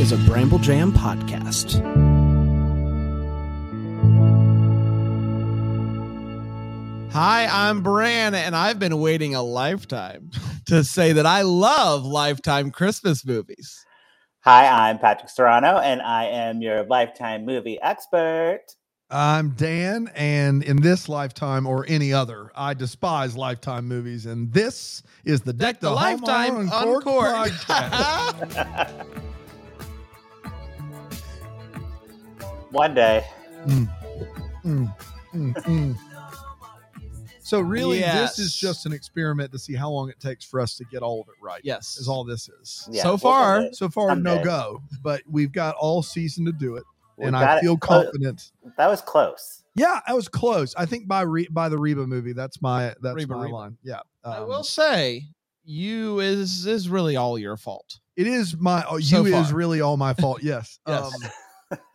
is a Bramble Jam podcast. Hi, I'm Bran, and I've been waiting a lifetime to say that I love Lifetime Christmas movies. Hi, I'm Patrick Serrano, and I am your lifetime movie expert. I'm Dan, and in this lifetime or any other, I despise lifetime movies, and this is the Deck the, The Home Lifetime Uncorked Encore. podcast. One day. Mm, mm, mm. So really, Yes. this is just an experiment to see how long it takes for us to get all of it right. Yes. is all this is. Yeah, So we'll far, do it. So far, no Someday. go, but we've got all season to do it, We and got I it. Uh, feel Clo- confident. That was close. Yeah, I was close. I think by Re- by the Reba movie, that's my that's Reba, my Reba. line. Yeah, I um, will say, you is is really all your fault. It is my oh, you So is far. really all my fault. Yes. Yes. Um,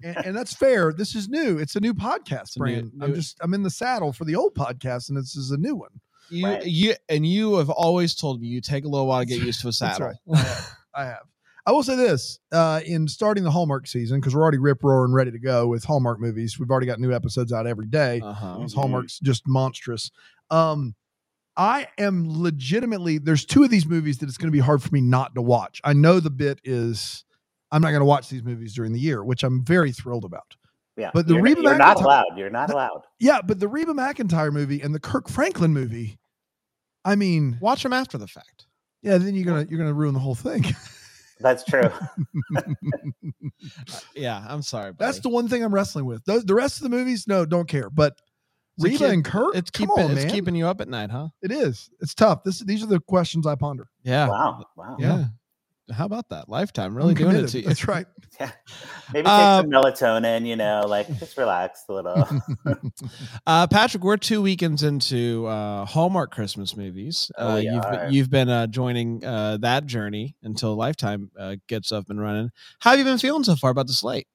and, and that's fair. This is new. It's a new podcast a new- brand. I'm new- just I'm in the saddle for the old podcast, and this is a new one. You Right. you and you have always told me you take a little while to get used to a That's saddle. right. I have. I have. I will say this: uh, in starting the Hallmark season, because we're already rip roar and ready to go with Hallmark movies. We've already got new episodes out every day. Uh-huh. because Hallmark's just monstrous. Um, I am legitimately there's two of these movies that it's going to be hard for me not to watch. I know the bit is I'm not going to watch these movies during the year, which I'm very thrilled about. Yeah. But the you're, Reba you're not McEntire- allowed. You're not The- allowed. Yeah, but the Reba McIntyre movie and the Kirk Franklin movie, I mean, Watch them after the fact. yeah, then you're gonna you're gonna ruin the whole thing. That's true. Yeah, I'm sorry. Buddy. That's the one thing I'm wrestling with. Those, the rest of the movies, no, don't care. But It's Reba keep- and Kirk, It's it's keeping come on, it's man. keeping you up at night, huh? it is. It's tough. This these are the questions I ponder. Yeah. wow. Wow. Yeah. How about that? Lifetime I'm really doing it committed. to you. That's right. Yeah. Maybe take Uh, some Um, melatonin, you know, like just relax a little. Uh, Patrick, we're two weekends into uh, Hallmark Christmas movies. Oh, uh, we you've are. been, you've been uh, joining uh, that journey until Lifetime uh, gets up and running. How have you been feeling so far about the slate?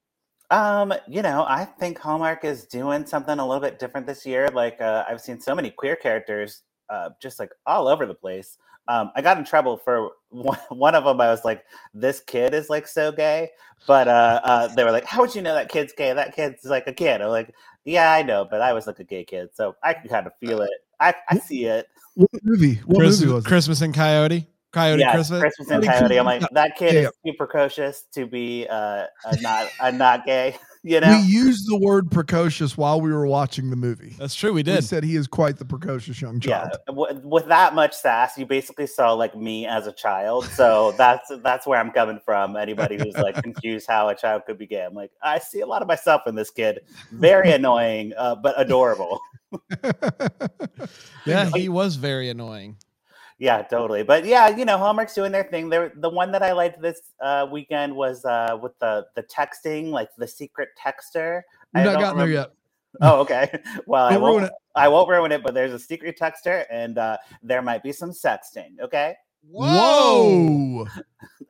Um, you know, I think Hallmark is doing something a little bit different this year. Like, uh, I've seen so many queer characters uh, just like all over the place. Um, I got in trouble for one, one of them. I was like, "This kid is like so gay," but uh, uh, they were like, "How would you know that kid's gay? That kid's like a kid." I'm like, "Yeah, I know, but I was like a gay kid, so I can kind of feel it. I, I see it." What movie? What Christmas, movie was it? Christmas and Coyote, Coyote yeah, Christmas. Christmas and Pretty Coyote. I'm cool. like, that kid Yeah, is too precocious to be uh, a not a not gay. You know, We used the word precocious while we were watching the movie. That's true. Uh, We We did. said he is quite the precocious young yeah child. w- with that much sass you basically saw like me as a child so that's that's where i'm coming from anybody who's like confused how a child could be gay i'm like i see a lot of myself in this kid very annoying uh, but adorable yeah, he was very annoying. yeah totally but yeah you know hallmark's doing their thing They're, the one that i liked this uh, weekend was uh, with the the texting like the secret texter We've I not don't gotten there remember- yet. oh okay well I Don't ruin won't, it. I won't ruin it but there's a secret texter and uh, there might be some sexting okay Whoa.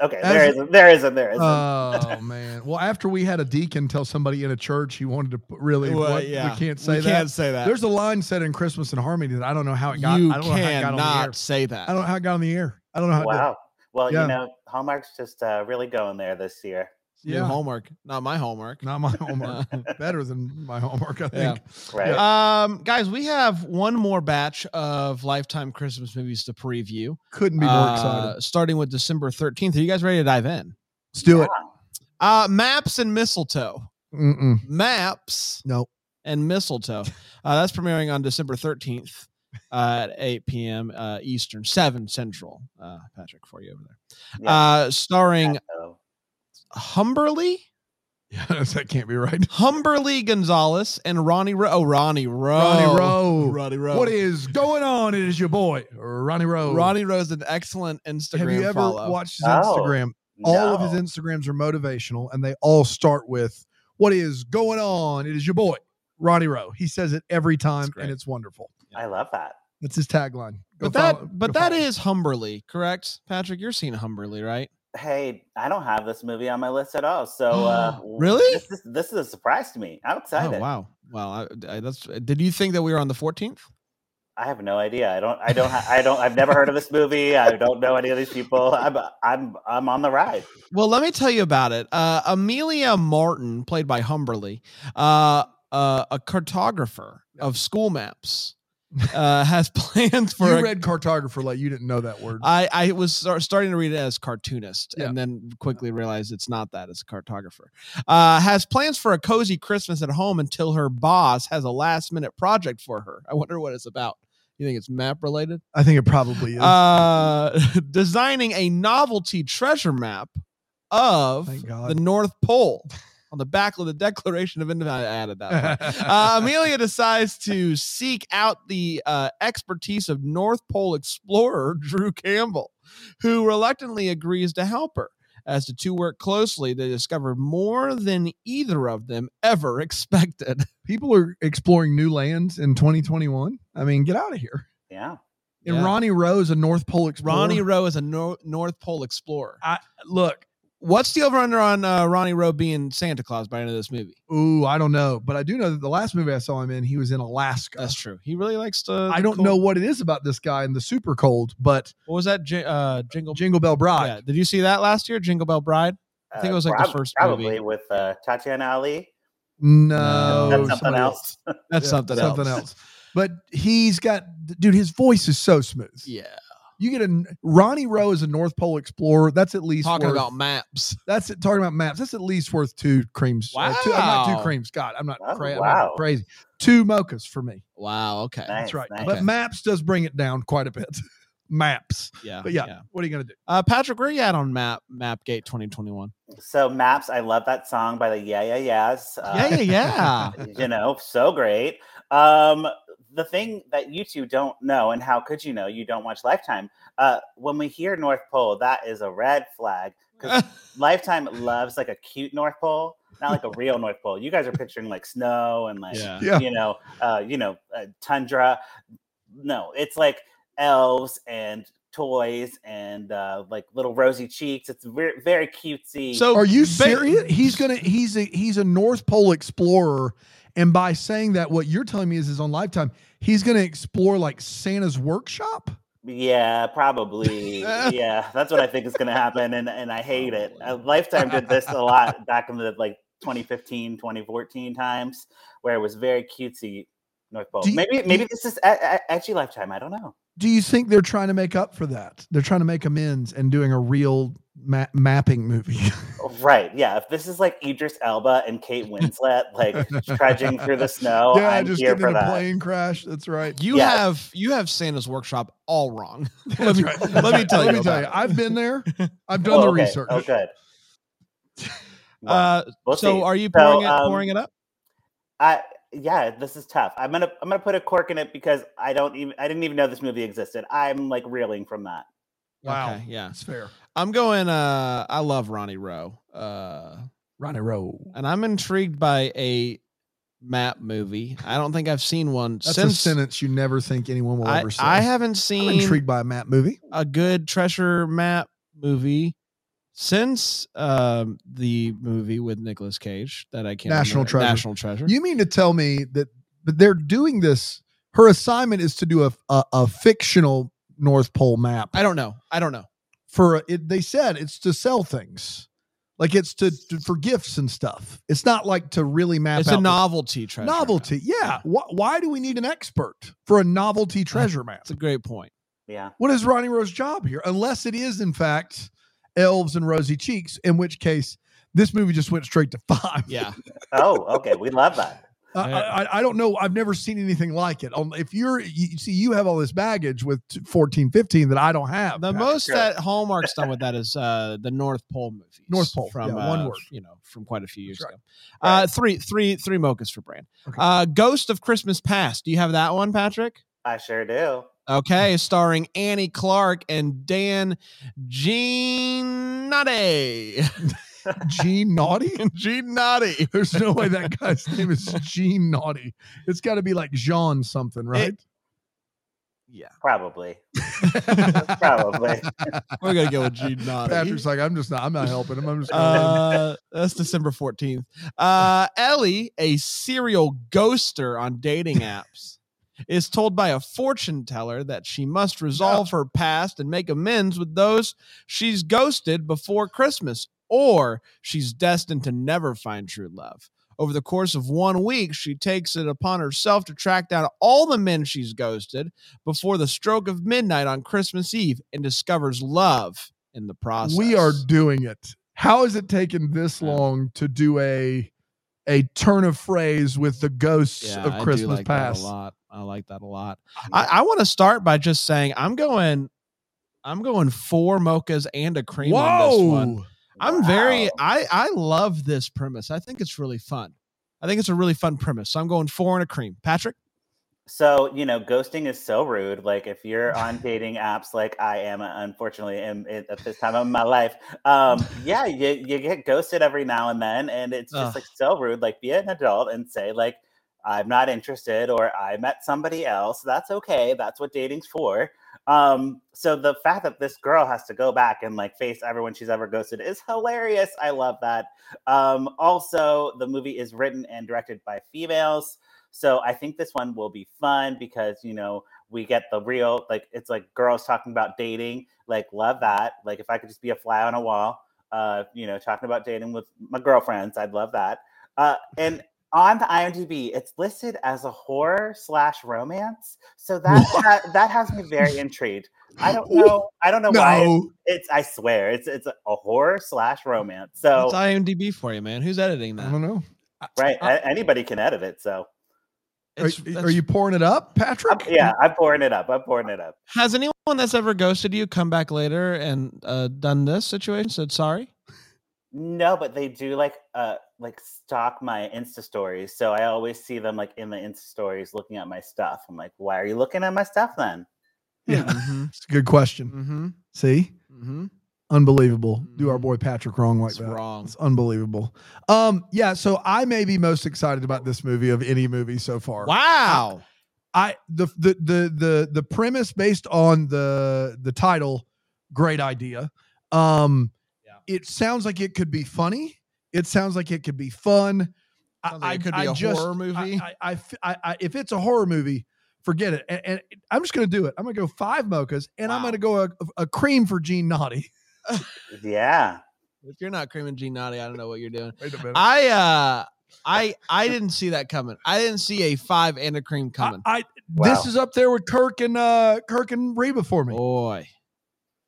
okay As- there isn't there isn't there isn't Oh man. Well, after we had a deacon tell somebody in a church he wanted to put- really Well, what, yeah. we can't say we that. can't say that. There's a line said in Christmas in Harmony that I don't know how it got you I don't know how it got on the air. cannot say that. I don't know how it got on the air. I don't Oh, know how it Wow. Well, Yeah. you know, Hallmark's just uh, really going there this year. did. New Yeah. homework, not my homework. Not my homework. Better than my homework, I Yeah. think. Right. Yeah. Um, guys, we have one more batch of Lifetime Christmas movies to preview. Couldn't be more uh, excited. Starting with December 13th. Are you guys ready to dive in? Let's do it. Uh, maps and mistletoe. Mm-mm. Maps No. and mistletoe. Uh, that's premiering on December 13th uh, at 8 p.m. Uh, Eastern, 7 Central. Uh, Patrick, for you over there. Yeah. Uh, starring So, Humberly, Yes, that can't be right. Humberly Gonzalez and Ronnie Rowe. Oh, Ronnie Rowe. Ronnie Rowe. Ronnie Rowe. What is going on? It is your boy, Ronnie Rowe. Ronnie Rowe's an excellent Instagram have you ever follow. watched his Oh, Instagram? All of his no. Instagrams are motivational, and they all start with "What is going on? It is your boy, Ronnie Rowe." He says it every time, great. and it's wonderful. I love that. That's his tagline. Go but that, follow- but go that follow. is Humberly, correct, Patrick? You're seeing Humberly, right? Hey, I don't have this movie on my list at all. So, uh, w- Really? This is, this is a surprise to me. I'm excited. Oh wow, wow. I, I, that's. Did you think that we were on the 14th? I have no idea. I don't. I don't. ha- I don't. I've never heard of this movie. I don't know any of these people. I'm. I'm. I'm on the ride. Well, let me tell you about it. Uh, Amelia Martin, played by Humberly, uh, uh, a cartographer of school maps, uh, has plans for. you a- Uh, read cartographer like you didn't know that word. I, I was start, starting to read it as cartoonist Yeah. and then quickly realized it's not that it's a cartographer uh, has plans for a cozy christmas at home until her boss has a last minute project for her i wonder what it's about you think it's map related I think it probably is. uh, designing a novelty treasure map of Thank God. the North Pole on the back of the Declaration of Independence. I added that. part. Uh, Amelia decides to seek out the uh, expertise of North Pole explorer Drew Campbell, who reluctantly agrees to help her. As the two work closely, they discover more than either of them ever expected. People are exploring new lands in 2021. I mean, get out of here. Yeah. And Yeah. Ronnie Rowe is a North Pole explorer. Ronnie Rowe is a nor- North Pole explorer. look. What's the over under on uh, Ronnie Rowe being Santa Claus by the end of this movie? Ooh, I don't know, but I do know that the last movie I saw him in, he was in Alaska. That's true. He really likes to. I don't cool- know what it is about this guy in the super cold, but What was that? J- uh, Jingle Jingle Bell Bride. Yeah. Did you see that last year? Jingle Bell Bride. I think it was like the first movie. Uh, probably with uh, Tatiana Ali. No, That's something somebody else. That's Yeah, something, Something else. else. But he's got, dude, his voice is so smooth. Yeah. You get a Ronnie Rowe is a North Pole explorer. That's at least Talking worth- about maps. that's it. Talking about maps. That's at least worth two creams. uh, two, I'm not two Wow. creams. God, I'm not, Oh, cra- I'm not wow. crazy. Two mochas for me. Wow. Okay. Nice. That's right. nice. But Okay. maps does bring it down quite a bit. maps. Yeah. But yeah, what are you gonna do? Uh, Patrick, where you at on Map Mapgate 2021? So maps. I love that song by the Yeah Yeah Yeahs. Uh, yeah. Yeah. Yeah. you know, so great. Um, the thing that you two don't know, and how could you know you don't watch Lifetime? Uh, when we hear North Pole, that is a red flag because Lifetime loves like a cute North Pole, not like a real North Pole. You guys are picturing like snow and like yeah. Yeah. you know, uh, you know, uh, tundra. No, it's like elves and toys and uh, like little rosy cheeks. It's very, very cutesy. So Are you ba- serious? He's gonna he's a he's a North Pole explorer. And by saying that, what you're telling me is is on Lifetime, he's gonna explore like Santa's workshop. Yeah, probably. yeah, that's what I think is going to happen, and and I hate it. Uh, Lifetime did this a lot back in the like 2015, 2014 times, where it was very cutesy North Pole. Do you- maybe do maybe you- this is a- a- actually Lifetime. I don't know. Do you think they're trying to make up for that? They're trying to make amends and doing a real ma- mapping movie. Oh, Right? Yeah. If this is like Idris Elba and Kate Winslet like trudging through the snow, yeah, Oh, I'm just here getting for in a that. plane crash. That's right. You Yeah. have you have Santa's workshop all wrong. That's me- right. let That's me right. tell you Let me tell about you. it. I've been there. I've done Oh, the okay. research. Oh, good. Well, Uh, we'll so see. are you pouring it um, pouring it up? I yeah, this is tough. I'm gonna I'm gonna put a cork in it because I don't even I didn't even know this movie existed. I'm like reeling from that. Wow. Okay, yeah. That's fair. I'm going uh I love Ronnie Rowe. Uh Ronnie Rowe. and I'm intrigued by a map movie. I don't think I've seen one That's a since sentence you never think anyone will I, ever say. I haven't I'm seen intrigued by a map movie. a good treasure map movie since um the movie with Nicolas Cage that I can't National remember- Treasure. National Treasure. You mean to tell me that but they're doing this? Her assignment is to do a a, a fictional North Pole map I don't know. I don't know. for it. They said it's to sell things, like it's to, to- for gifts and stuff. It's not like to really map. It's out a the- novelty treasure. map. novelty. Yeah. Why, why do we need an expert for a novelty treasure map? It's a great point. Yeah. What is Ronnie Rowe's job here? Unless it is in fact elves and rosy cheeks, in which case this movie just went straight to five. Yeah. Oh, okay. We love that. I, I, I don't know. I've never seen anything like it. Um, If you're, you you see, you have all this baggage with t- 14, 15 that I don't have. The Pat. most Sure. that Hallmark's done with that is uh, the North Pole movies. North Pole, from yeah, one uh, word. you know, from quite a few years That's ago. right. Uh, three, three, three mochas for Brand. Okay. Uh, Ghost of Christmas Past. Do you have that one, Patrick? I sure do. Okay, starring Annie Clark and Dan Giannotti. Gene Naughty. Giannotti. There's no way that guy's name is Gene Naughty. It's got to be like Jean something, right? Probably. Probably. We're gonna go with Giannotti. Patrick's like, I'm just not. I'm not helping him. I'm just. gonna let him uh, that's December 14th. Uh, Ellie, a serial ghoster on dating apps, is told by a fortune teller that she must resolve her past and make amends with those she's ghosted before Christmas, or she's destined to never find true love. Over the course of one week, she takes it upon herself to track down all the men she's ghosted before the stroke of midnight on Christmas Eve and discovers love in the process. We are doing it. How has it taken this Yeah. long to do a a turn of phrase with the ghosts Yeah, I of do Christmas like that past? a lot. I like that a lot. I, I want to start by just saying I'm going. I'm going four mochas and a cream on this one. Whoa! I'm very. Wow. I I love this premise. I think it's really fun. I think it's a really fun premise. So I'm going four and a cream. Patrick, So you know, ghosting is so rude. Like if you're on dating apps, like I am, uh, unfortunately, am at at this time of my life. Um, yeah, you you get ghosted every now and then, and it's just Ugh. like so rude. Like be an adult and say like, I'm not interested, or I met somebody else. That's okay. That's what dating's for. Um, so the fact that this girl has to go back and like face everyone she's ever ghosted is hilarious. I love that. Um, also, the movie is written and directed by females. So I think this one will be fun because you know we get the real like it's like girls talking about dating. Like love that. Like if I could just be a fly on a wall, uh, you know, talking about dating with my girlfriends, I'd love that. Uh, and on the IMDb, it's listed as a horror slash romance. So that that, that has me very intrigued. I don't know. I don't know why. No, It's I swear it's it's a horror slash romance. So that's IMDb for you, man. Who's editing I that? don't know. right, Uh a- anybody can edit it. So Are, It's- are you pouring it up, I'm- Patrick? yeah, I'm pouring it up. I'm pouring it up. Has anyone that's ever ghosted you come back later and uh, done this situation? Said sorry. No, but they do like uh like stalk my Insta stories. So I always see them like in the Insta stories looking at my stuff. I'm like, why are you looking at my stuff then? Yeah. Mm-hmm. It's a good question. Mm-hmm. See, Mm-hmm. unbelievable. Do our Mhm. boy Patrick wrong like It's that? wrong. It's unbelievable. Um, yeah. So I may be most excited about this movie of any movie so far. Wow. I the the the the the premise based on the the title, great idea. Um, Yeah. it sounds like it could be funny. It sounds like it could be fun. I- Sounds like I- it could be I a just- horror I- movie. I, I f- I- I- if it's a horror movie, forget it. And, and I'm just gonna do it. I'm gonna go five mochas, and I'm Wow. gonna go a, a cream for Gene Naughty. Yeah. If you're not creaming Gene Naughty, I don't know what you're doing. Wait a minute. I, I uh I I didn't see that coming. I didn't see a five and a cream coming. I- Wow. this is up there with Kirk and uh Kirk and Reba for me. Boy.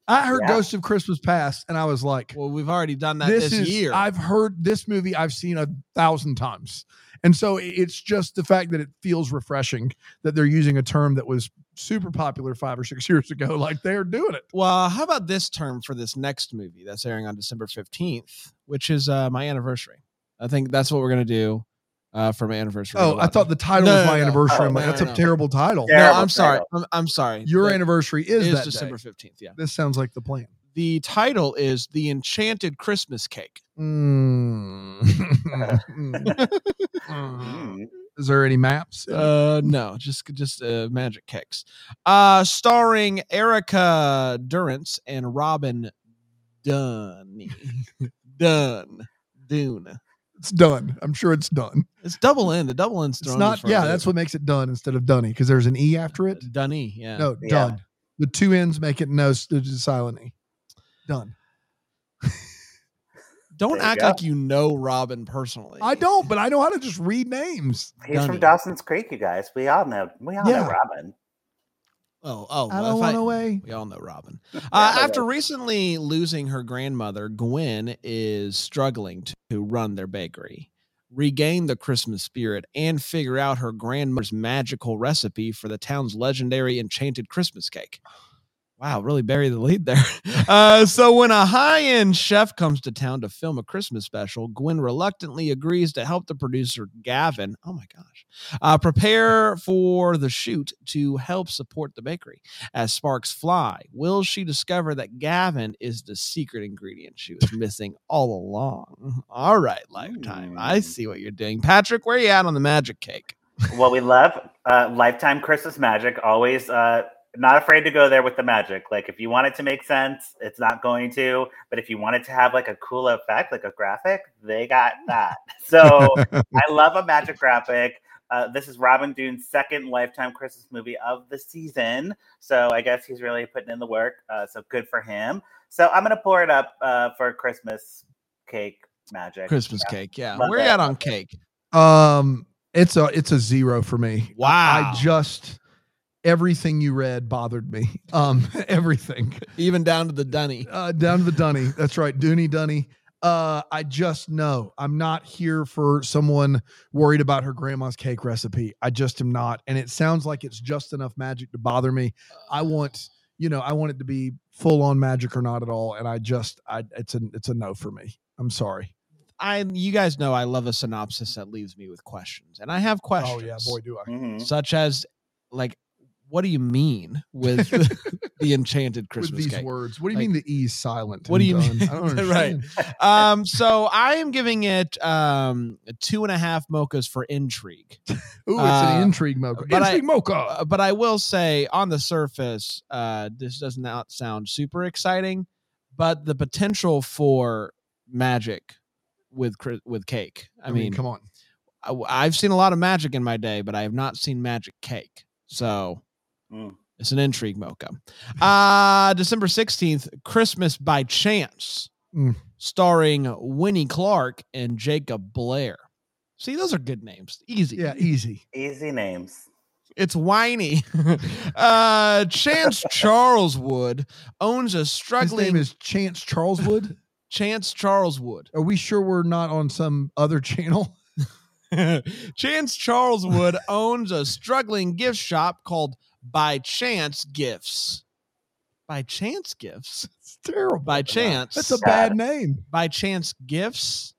I heard Yeah. Ghost of Christmas Past, and I was like, Well, we've already done that this, is, year. I've heard this movie. I've seen a thousand times, and so i- it's just the fact that it feels refreshing that they're using a term that was super popular five or six years ago. Like they're doing it. well, how about this term for this next movie that's airing on December 15th, which is uh my anniversary. I think that's what we're gonna do uh for my anniversary. Oh, I thought the title No, was no, my no. anniversary. Oh, I'm like, no, that's no, a no. terrible title. No, Yeah. I'm Terrible sorry. title. I'm, I'm sorry. Your The- anniversary is, is that December December. 15th, yeah. This sounds like the plan. The title is The Enchanted Christmas Cake. Mm. Mm. Mm. Mm. Is there any maps? Uh, no, just just uh, magic kicks. Uh, starring Erica Durrance and Robin Dunne. Dunn. Dune. it's done. I'm sure it's done. It's double N. The double N's It's thrown. not. Yeah, that's what makes it done instead of dunny because there's an e after it. Dunny. Yeah. No, Yeah. done. The two ends make it no s- it's a silent e. Done. Don't There you act go. like you know Robin personally. I don't, but I know how to just read names. He's Dunny. from Dawson's Creek, you guys. We all know we all Yeah. know Robin. Oh, oh. I well, don't if want to wait. We all know Robin. Uh, I know after recently losing her grandmother, Gwen is struggling to, to run their bakery, regain the Christmas spirit, and figure out her grandmother's magical recipe for the town's legendary enchanted Christmas cake. Wow, really bury the lead there. Uh, so, when a high end chef comes to town to film a Christmas special, Gwen reluctantly agrees to help the producer, Gavin. Oh my gosh. Uh, prepare for the shoot to help support the bakery as sparks fly. Will she discover that Gavin is the secret ingredient she was missing all along? All right, Lifetime. I Ooh. see what you're doing. Patrick, where you at on the magic cake? Well, we love uh, Lifetime Christmas Magic. Always uh, not afraid to go there with the magic. Like, if you want it to make sense, it's not going to. But if you want it to have like a cool Oh. effect, like a graphic, they got that. So I love a magic graphic. Uh, this is Robin Doone's second lifetime Christmas movie of the season. So I guess he's really putting in the work. Uh, so good for him. So I'm going to pour it up uh, for Christmas cake magic. Christmas cake. Yeah. Love Where are you at that. on cake? Um, it's a it's a zero for me. Wow. I just everything you read bothered me. Um, everything Even down to the dunny. uh, down to the dunny. That's right, Dooney Dunny. Uh, I just know I'm not here for someone worried about her grandma's cake recipe. I just am not, and it sounds like it's just enough magic to bother me. I want you know I want it to be full on magic or not at all, and I just I it's a it's a no for me. I'm sorry. I you guys know I love a synopsis that leaves me with questions. And I have Oh questions. yeah, boy do I. Mhm. Such as like what do you mean with the enchanted Christmas with these cake? words. What do you Like- mean the E's silent? What do and you mean? done? I don't Right. understand. Um, so I am giving it um two and a half mochas for intrigue. Ooh, it's Uh, an intrigue mocha. but I- Intrigue mocha. Uh, but I will say, on the surface, uh, this does not sound super exciting, but the potential for magic with cri- with cake. I, mean, come on. I, have seen a lot of magic in my day, but I have not seen magic cake. So Mm. it's an intrigue mocha. Uh, December 16th, Christmas by Chance, Mm. starring Winnie Clark and Jacob Blair. See, those are good names. Easy. Yeah, easy. Easy names. It's whiny. uh, Chance Charleswood owns a His struggling name is Chance Charleswood. Chance Charleswood. Are we sure we're not on some other channel? Chance Charleswood owns a struggling gift shop called By Chance Gifts. By Chance Gifts. It's terrible. By chance. That's a bad name. by chance gifts.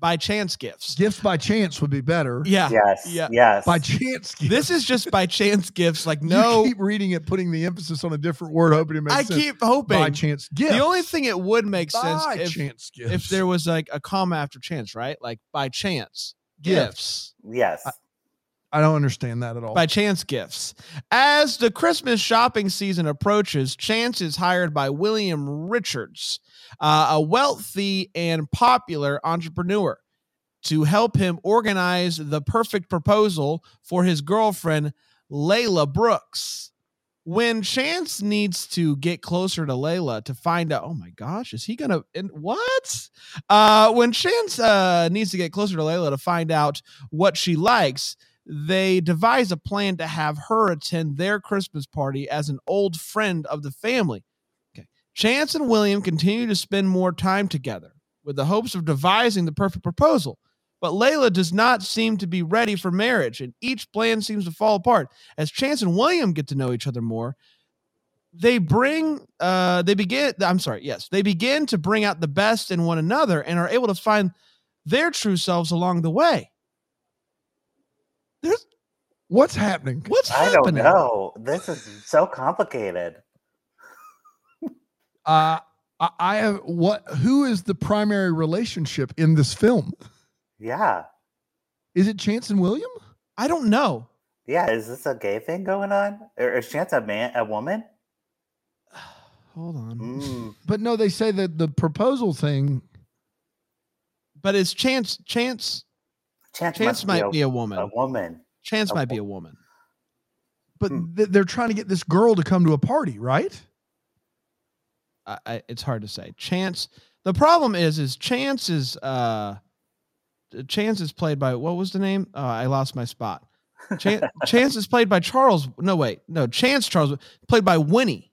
By chance gifts. Gifts by chance would be better. Yeah. Yes. Ah, yeah. Yes. By chance. Gifts. This is just by chance gifts. Like You no, keep reading it, putting the emphasis on a different word, hoping it makes I sense. keep hoping. by chance gifts. the only thing it would make sense by if chance gifts. if there was like a comma after chance, right? Like by chance gifts. yes. I don't understand that at all. By chance gifts. As the Christmas shopping season approaches, Chance is hired by William Richards, uh, a wealthy and popular entrepreneur, to help him organize the perfect proposal for his girlfriend, Layla Brooks. When Chance needs to get closer to Layla to find out, oh my gosh, is he gonna and what? Uh, when Chance uh, needs to get closer to Layla to find out what she likes, they devise a plan to have her attend their Christmas party as an old friend of the family. Okay. Chance and William continue to spend more time together with the hopes of devising the perfect proposal. But Layla does not seem to be ready for marriage, and each plan seems to fall apart. As Chance and William get to know each other more, they bring, uh, they begin, I'm sorry, yes, they begin to bring out the best in one another and are able to find their true selves along the way. What's happening? What's I happening? don't know. This is so complicated. Uh, I, I have what? Who is the primary relationship in this film? Yeah. Is it Chance and William? I don't know. Yeah. Is this a gay thing going on? Or is Chance a man, a woman? Hold on. Mm. But no, they say that the proposal thing. But it's chance chance Chance, chance might be a woman. a woman. chance a might be a woman. But Hmm. th- they're trying to get this girl to come to a party, right? I, I, it's hard to say. Chance the problem is is chance is uh chance is played by what was the name? Oh, I lost my spot. Chance, chance is played by Charles no wait, no, Chance Charles played by Winnie.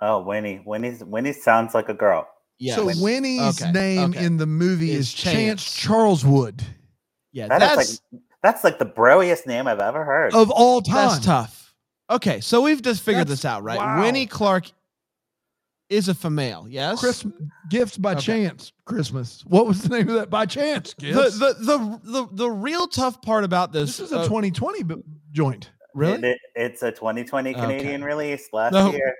Oh, Winnie. Winnie's Winnie sounds like a girl. Yeah. So Winnie's Okay, name okay. in the movie Is is, Chance. Chance. Charleswood yeah, That is that's like that's like the broiest name I've ever heard. of all time. That's tough. Okay, so we've just figured That's- this out, right? wow. Winnie Clark is a female, yes? Christmas gifts by Okay. chance. Christmas. What was the name of that? By chance the, gifts. the the the the real tough part about this, this is a uh, 2020 b- joint, really It- it- it's a 2020 Okay. Canadian release last No. year.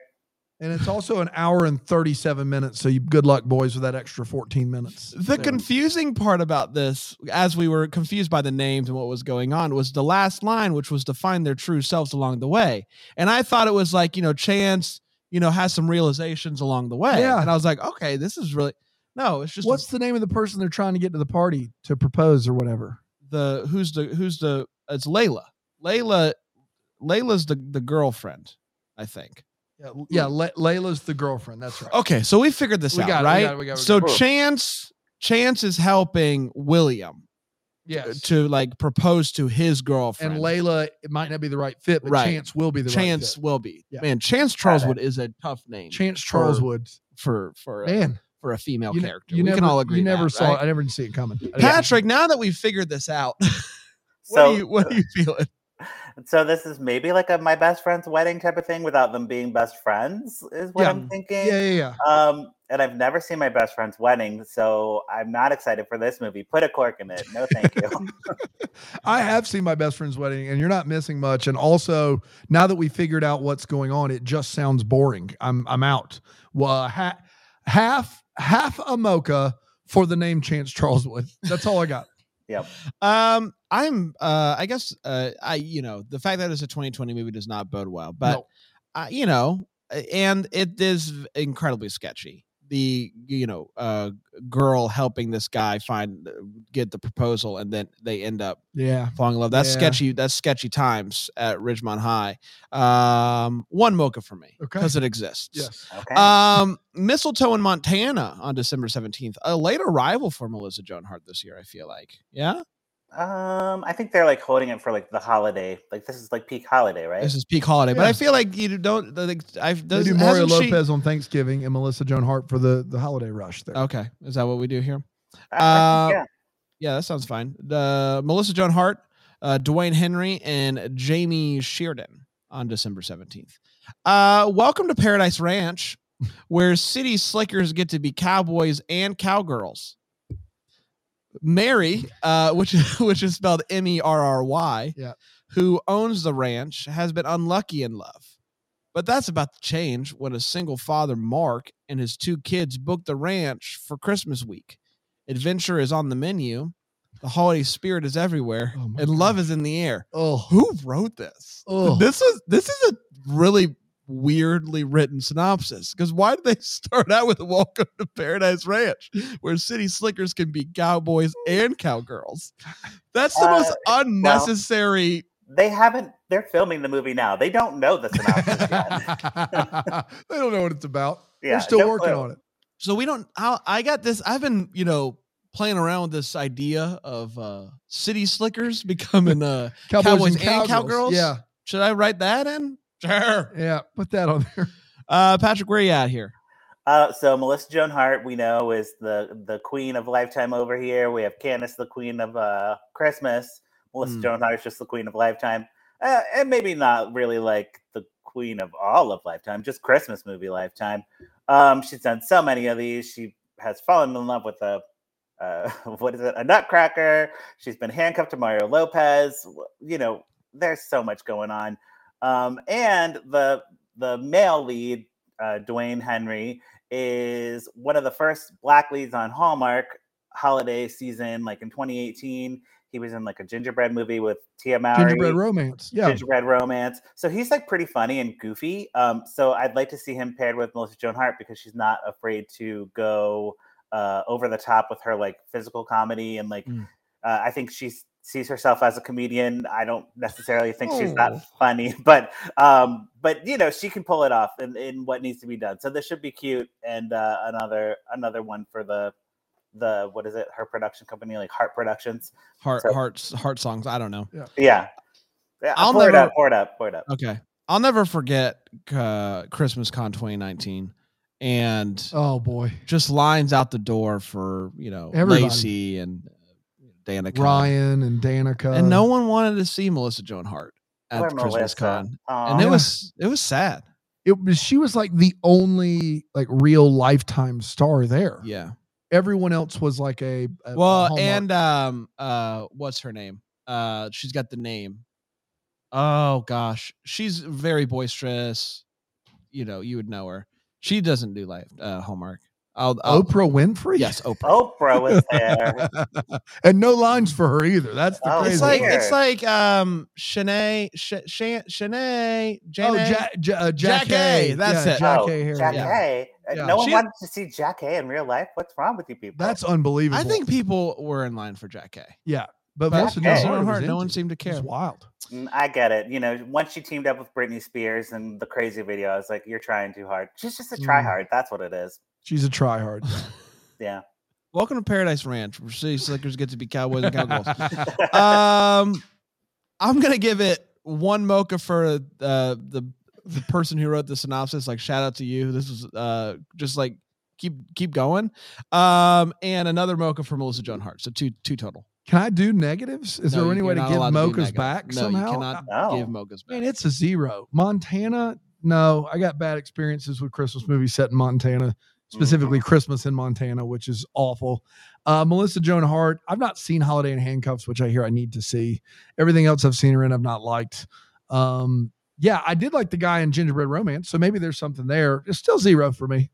and it's also an hour and 37 minutes. So you good luck, boys, with that extra 14 minutes. the there. confusing part about this, as we were confused by the names and what was going on, was the last line, which was to find their true selves along the way. And I thought it was like you know Chance, you know, has some realizations along the way. Yeah. and I was like, okay, this is really no, it's just What's the name of the person they're trying to get to the party to propose or whatever? the who's the who's the it's Layla. Layla Layla's the the girlfriend, I think. Yeah, l- yeah. Le- Layla's the girlfriend. That's right. Okay, so we figured this We out, got it, we right? got it, we got it, we so got it. Chance Chance is helping William uh, Yes. to like propose to his girlfriend. and Layla, it might not be the right fit, but Right. Chance will be the Chance right will be. Yeah. Man, Chance Got it. Charleswood is a tough name fit. Chance Charleswood. for for a, Man, for a female you, ne- character. you we never, can all agree. You that, never saw. right? It. I never didn't see it coming. I didn't- Patrick, now that we've figured this out, what So, do you what do you feeling? so this is maybe like a my best friend's wedding type of thing without them being best friends, is what Yeah. I'm thinking. Yeah, yeah, yeah. Um, and I've never seen my best friend's wedding, so I'm not excited for this movie. Put a cork in it. No, thank you. I have seen my best friend's wedding, and you're not missing much. And also, now that we figured out what's going on, it just sounds boring. I'm I'm out. Well, uh, ha- half half a mocha for the name Chance Charleswood. That's all I got. Um, I'm uh, I guess uh, I you know the fact that it's a 2020 movie does not bode well, but No. uh, you know, and it is incredibly sketchy. The you know uh, girl helping this guy find uh, get the proposal, and then they end up yeah, falling in love. That's Yeah. sketchy. That's sketchy times at Ridgemont High. Um, one mocha for me Okay. because it exists. yes, Okay. Um, mistletoe in Montana on December 17th. A late arrival for Melissa Joan Hart this year, I feel like. Yeah. um, I think they're like holding it for like the holiday. Like this is like peak holiday, right? This is peak holiday, but Eh, Yeah. I feel like you don't. Like, I've they does, do Mario hasn't she- Lopez on Thanksgiving and Melissa Joan Hart for the the holiday rush. There, Okay. Is that what we do here? uh I- I think, Yeah, that sounds fine. The Melissa Joan Hart, uh, Dwayne Henry, and Jamie Sheerden on December 17th. Uh, welcome to Paradise Ranch, where city slickers get to be cowboys and cowgirls. Mary, uh, which which is spelled M E R R Y, Yeah. who owns the ranch, has been unlucky in love. But that's about to change when a single father, Mark, and his two kids book the ranch for Christmas week. Adventure is on the menu. The holiday spirit is everywhere, Oh my and love is in the air. oh, Who wrote this? Ugh. This is this is a really weirdly written synopsis. Because why did they start out with "Welcome to Paradise Ranch," where city slickers can be cowboys and cowgirls? That's the most unnecessary. They haven't. They're filming the movie now. They don't know the synopsis yet. they don't know what it's about. we Yeah, are still no working clue. on it. So we don't. I, I got this. I've been you know playing around with this idea of uh city slickers becoming uh Cowboys and cowgirls? Yeah, should i write that in sure yeah. Put that on there. Uh, Patrick, where you at here? Uh, so Melissa Joan Hart, we know, is the the queen of Lifetime over here. We have Candace, the queen of uh, Christmas. Melissa Hmm. Mm. Joan Hart is just the queen of Lifetime, uh, and maybe not really like the queen of all of Lifetime, just Christmas movie Lifetime. Um, she's done so many of these. She has fallen in love with a uh, what is it? A Nutcracker. She's been handcuffed to Mario Lopez. W- You know, there's so much going on. Um, and the the male lead, uh, Dwayne Henry, is one of the first black leads on Hallmark holiday season, like in 2018. He was in like a gingerbread movie with Tia Mowry. Gingerbread romance. Yeah, Gingerbread Romance. So he's like pretty funny and goofy. Um, so I'd like to see him paired with Melissa Joan Hart because she's not afraid to go uh, over the top with her like physical comedy and like Mm. uh, I think she sees herself as a comedian. I don't necessarily think she's Oh. that funny, but um, but you know she can pull it off in, in what needs to be done. So this should be cute and uh, another another one for the the what is it her production company like Heart Productions. Heart, So- hearts, heart songs. I don't know. Yeah, yeah I'll pour it never- up, pour it up, pour it up. Okay, I'll never forget uh, Christmas Con 2019, and Oh boy, just lines out the door for you know Everybody. Lacey and uh, Danica, Ryan and Danica and no one wanted to see Melissa Joan Hart at Poor the Christmas Melissa. Con, Aw. and it Oh, Yeah. was it was sad. It was she was like the only like real lifetime star there. Yeah. Everyone else was like a, a- a Well, Hallmark- and um, uh, what's her name? Uh, she's got the name. Oh gosh, she's very boisterous. You know, you would know her. She doesn't do life uh, Hallmark. I'll, I'll Oprah Winfrey. uh, Yes, Oprah. Oprah was there. and no lines for her either. That's the Oh, crazy. it's like part. it's like um Shanae, Sh- Shan- Shanae, oh, Janae. Ja- Ja- uh, Jack, Jack A, A. that's Yeah, it. Jack Oh, A. Harry. Jack Yeah. A. Uh, Yeah. No one She- wanted to see Jack A in real life. What's wrong with you people? That's unbelievable. I think people were in line for Jack A. Yeah. But, But Melissa okay. Joan Melissa Hart Joan was Hart, no into one it. seemed to It was care. wild. Mm, I get it. You know, once she teamed up with Britney Spears and the crazy video, I was like, "You're trying too hard." She's just a Mm. tryhard. That's what it is. She's a tryhard. Yeah. Welcome to Paradise Ranch, where city slickers get to be cowboys and cowgirls. um, I'm gonna give it one mocha for uh, the the person who wrote the synopsis. Like shout out to you. This was uh just like keep keep going. Um, and another mocha for Melissa Joan Hart. So two two total. Can I do negatives? Is No, there you- any way you're to not give allowed be mochas negative. back No, somehow? you cannot No. give mochas back. Man, it's a zero. Montana, no. I got bad experiences with Christmas movies set in Montana, Mm. specifically Mm-hmm. Christmas in Montana, which is awful. Uh, Melissa Joan Hart, I've not seen Holiday in Handcuffs, which I hear I need to see. Everything else I've seen her in, I've not liked. Um, yeah, I did like the guy in Gingerbread Romance, so maybe there's something there. It's still zero for me.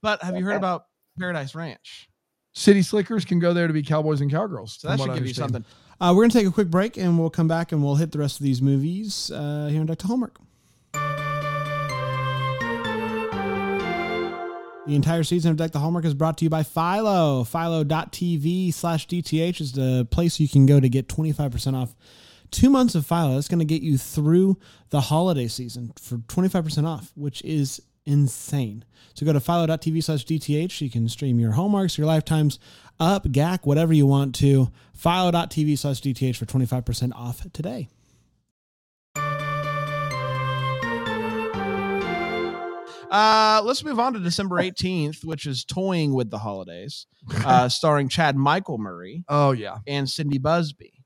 but have you heard Okay. about Paradise Ranch? City Slickers can go there to be cowboys and cowgirls. So that from should what I give you understand. something. Uh, we're going to take a quick break and we'll come back and we'll hit the rest of these movies uh, here on Dr. Hallmark. The entire season of Deck the Hallmark is brought to you by Philo. Philo.tv slash DTH is the place you can go to get 25% off two months of Philo. That's going to get you through the holiday season for 25% off, which is insane. So go to Philo.tv slash DTH. You can stream your Hallmarks, your Lifetimes, Up, GAC, whatever you want to. Philo.tv slash DTH for 25% off today. Uh, let's move on to December 18th, which is Toying with the Holidays, uh, starring Chad Michael Murray Oh yeah. and Cindy Busby.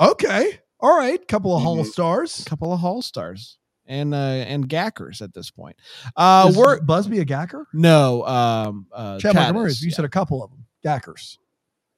Okay. All right. Couple of Hall Mhm. A stars. couple of Hall stars and uh, and Gackers at this point. Uh, Is we're Busby a gacker? no um, uh, Chad Michael Murray. Chattis, You yeah. said a couple of them. Gackers.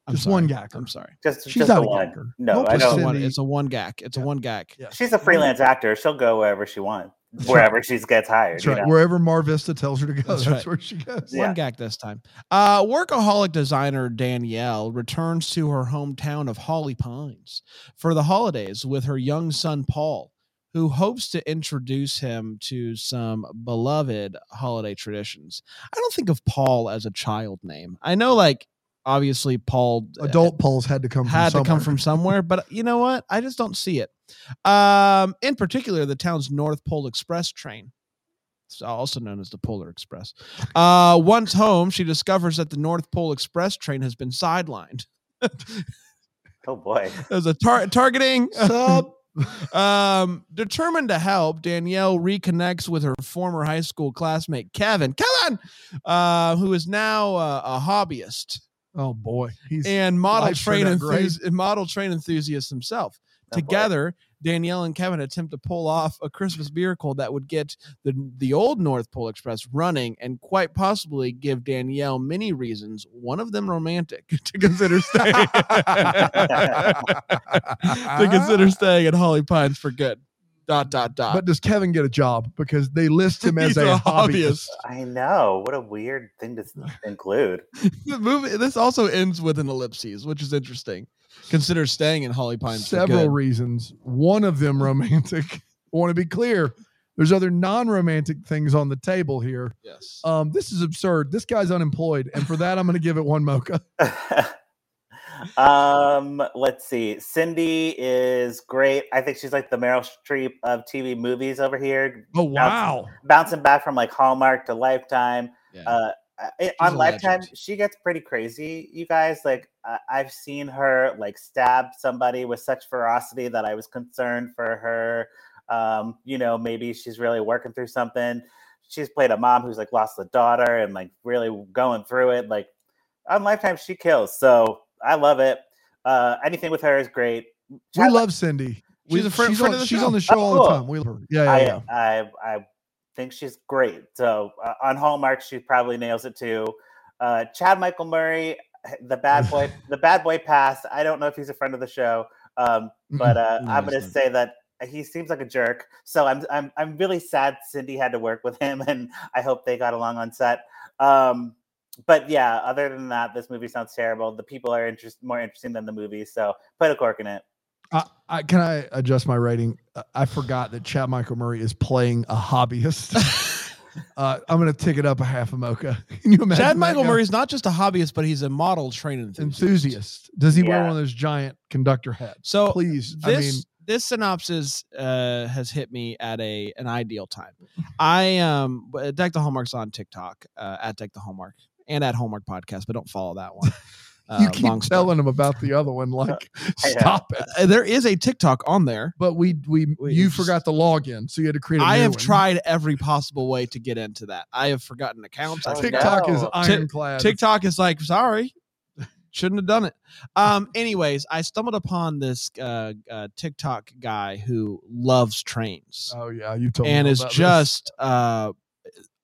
I'm just one sorry. gacker. I'm sorry. Just She's just not the a one. gacker. No, I Don't It's a don't. one, Cindy- it's a one gack. It's a Yeah. one gack. Yeah. She's a freelance actor. She'll go wherever she wants, wherever she gets hired. That's you right. know? Wherever Mar Vista tells her to go, That's right. that's, where she goes. Yeah. One gack this time. Uh, workaholic designer Danielle returns to her hometown of Holly Pines for the holidays with her young son Paul, who hopes to introduce him to some beloved holiday traditions. I don't think of Paul as a child name. I know, like, obviously, Paul uh, Adult polls had to come had from to come somewhere. from somewhere, but you know what? I just don't see it. Um, in particular, the town's North Pole Express train. It's also known as the Polar Express. Uh, once home, she discovers that the North Pole Express train has been sidelined. Oh boy. There's a tar- targeting. Sub. Um, determined to help, Danielle reconnects with her former high school classmate Kevin. Kevin, uh, who is now uh, a hobbyist. Oh boy. He's and model Life's turned train out great. enthusi- model train enthusiast himself. Oh, boy. Together, Danielle and Kevin attempt to pull off a Christmas miracle that would get the the old North Pole Express running and quite possibly give Danielle many reasons, one of them romantic, to consider staying to consider staying at Holly Pines for good. Dot dot dot. But does Kevin get a job because they list him as He's a, hobbyist? I know. What a weird thing to s- include. The movie this also ends with an ellipses, which is interesting. Consider staying in Holly Pines for Several good. reasons. One of them romantic. I want to be clear. There's other non-romantic things on the table here. yes. Um, this is absurd. This guy's unemployed, and for that, I'm going to give it one mocha. um, let's see. Cindy is great. I think she's like the Meryl Streep of TV movies over here, Oh wow! bouncing back from like Hallmark to Lifetime. Yeah. Uh, I- I- on a Lifetime, legend. she gets pretty crazy. You guys, like I I've seen her like stab somebody with such ferocity that I was concerned for her. Um, you know, maybe she's really working through something. She's played a mom who's like lost a daughter and like really going through it. Like on Lifetime, she kills. So I love it. Uh, anything with her is great. We love Cindy. She's We- a friend- she's friend on, of the she's show. on the show all the cool. time. We love her. Yeah, yeah, I, yeah. I I think she's great. So uh, on Hallmark, she probably nails it too. Uh, Chad Michael Murray, the bad boy, the bad boy pass. I don't know if he's a friend of the show, um, but uh, No, I'm he's gonna not. say that he seems like a jerk. So I'm I'm I'm really sad Cindy had to work with him, and I hope they got along on set. Um, but yeah, other than that, this movie sounds terrible. The people are interest, more interesting than the movie, so put a cork in it. I, I, can I adjust my rating? Uh, I forgot that Chad Michael Murray is playing a hobbyist. Uh, I'm gonna tick it up a half a mocha. Can you imagine? Chad that Michael guy? Murray's not just a hobbyist, but he's a model train enthusiast. enthusiast. Does he wear Yeah. one of those giant conductor hats? So Please, I this mean, this synopsis uh, has hit me at a an ideal time. I um but deck the hallmarks on TikTok uh, at deck the hallmark and at hallmark podcast, but don't follow that one. Uh, you keep long story. telling him about the other one. Like, I have. stop it. Uh, there is a TikTok on there. But we we Wait, you it's- forgot the login, so you had to create. I I have tried every possible way to get into that. I have forgotten accounts. I Oh, forgot- TikTok is no. Tik- ironclad. TikTok is like, sorry, shouldn't have done it. Um, anyways, I stumbled upon this uh, uh, TikTok guy who loves trains oh yeah, you told me and all is about this. just uh,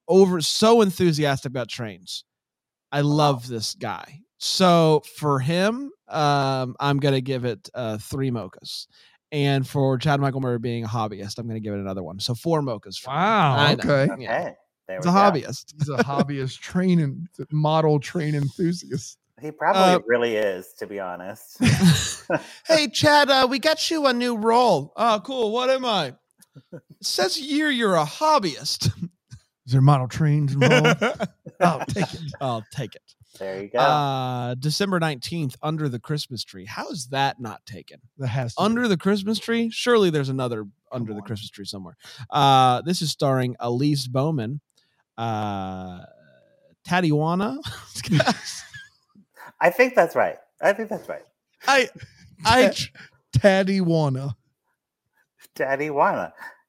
over so enthusiastic about trains. I love this guy. So for him, um, I'm gonna give it uh, three mochas. And for Chad Michael Murray being a hobbyist, I'm going to give it another one. So four mochas. for me. Wow, I know. okay. Okay. Yeah. There It's we a go. hobbyist. He's a hobbyist train and model train enthusiast. He probably Uh, really is, to be honest. hey chad uh, we got you a new role oh cool what am i it says here you're a hobbyist Is there model trains involved? oh, take it. i'll take it there you go. uh december 19th under the christmas tree how is that not taken That has to be. under the christmas tree surely there's another under the Hmm. on. christmas tree somewhere uh this is starring elise bowman uh tatiana I think that's right. I think that's right. i i tr- Tatiana. Daddy wanna.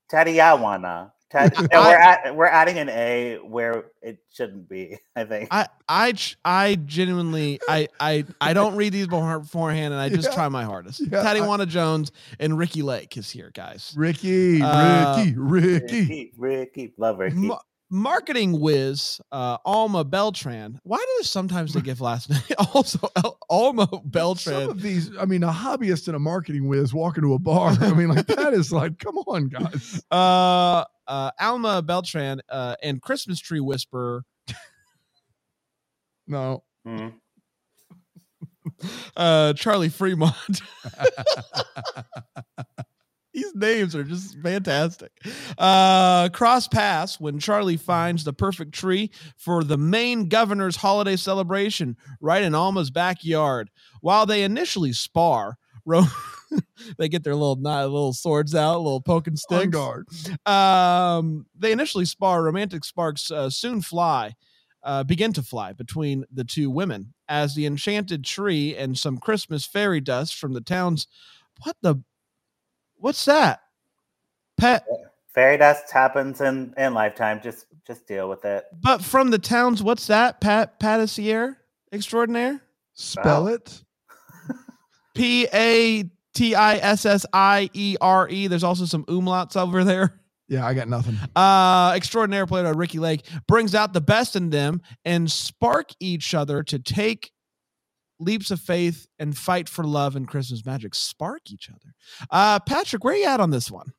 Daddy I wanna. Tad- and we're at, we're adding an A where it shouldn't be, I think. I I ch- I genuinely I I I don't read these before- beforehand, and I just Yeah. try my hardest. Yeah, I- Tatiana Jones and Ricky Lake is here, guys. Ricky, Uh, Ricky, Ricky. Ricky, Ricky, love Ricky. Ma- marketing whiz uh, Alma Beltran. Why do they sometimes they give last name? Also, Al- Alma Some Beltran. of these, I mean, a hobbyist and a marketing whiz walking to a bar. I mean, like that is like, come on, guys. Uh, uh, Alma Beltran uh, and Christmas Tree Whisperer. No, Mhm. uh, Charlie Fremont. These names are just fantastic. Uh, cross paths when Charlie finds the perfect tree for the Maine governor's holiday celebration right in Alma's backyard. While they initially spar, Ro- they get their little kni- little swords out, little poking on sticks. guard. Um, they initially spar. Romantic sparks uh, soon fly, uh, begin to fly between the two women as the enchanted tree and some Christmas fairy dust from the town's. What the? What's that? Pet. Fairy dust happens in, in lifetime. Just just deal with it. But from the town's. What's that? Pat patissier extraordinaire. Spell Wow. it. P A T I S S I E R E. There's also some umlauts over there. Yeah, I got nothing. uh extraordinary player Ricky Lake brings out the best in them and spark each other to take leaps of faith and fight for love and Christmas magic. Spark each other. Uh Patrick, where you at on this one?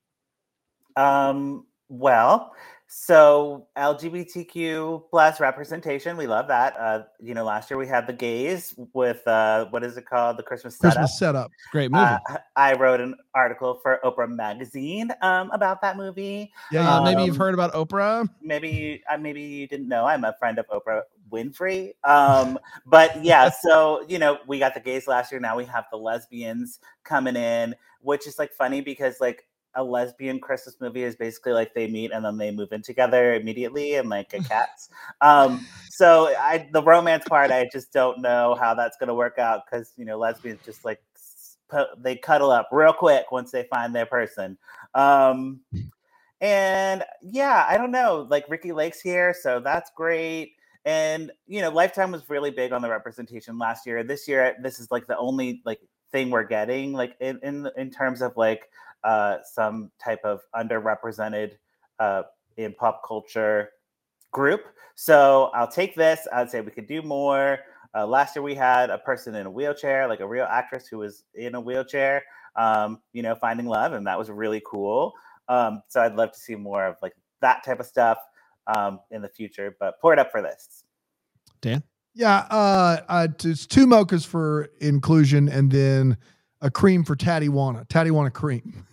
Um, well, so LGBTQ plus representation, we love that. Uh, you know, last year we had the gays with uh, what is it called, the Christmas setup. Christmas setup. Great movie. Ah. Uh, I wrote an article for Oprah Magazine um, about that movie. Yeah, Uh, yeah. maybe you've um, heard about Oprah. Maybe you, uh, maybe you didn't know I'm a friend of Oprah Winfrey. Um, but yeah, so you know we got the gays last year. Now we have the lesbians coming in, which is like funny because like a lesbian Christmas movie is basically like they meet and then they move in together immediately and like a cat's. Um, so I the romance part, I just don't know how that's gonna work out because you know lesbians just like s- pu- they cuddle up real quick once they find their person. Um, and yeah, I don't know. Like Ricky Lake's here, so that's great. And you know, Lifetime was really big on the representation last year. This year, this is like the only like thing we're getting, like in in, in terms of like uh, some type of underrepresented uh, in pop culture group. So I'll take this. I'd say we could do more. Uh, last year we had a person in a wheelchair, like a real actress who was in a wheelchair, um, you know, finding love, and that was really cool. Um, so I'd love to see more of like that type of stuff um, in the future. But pour it up for this. Yeah, uh, uh, t- it's two mochas for inclusion and then a cream for Tatiwana. Tatiwana cream.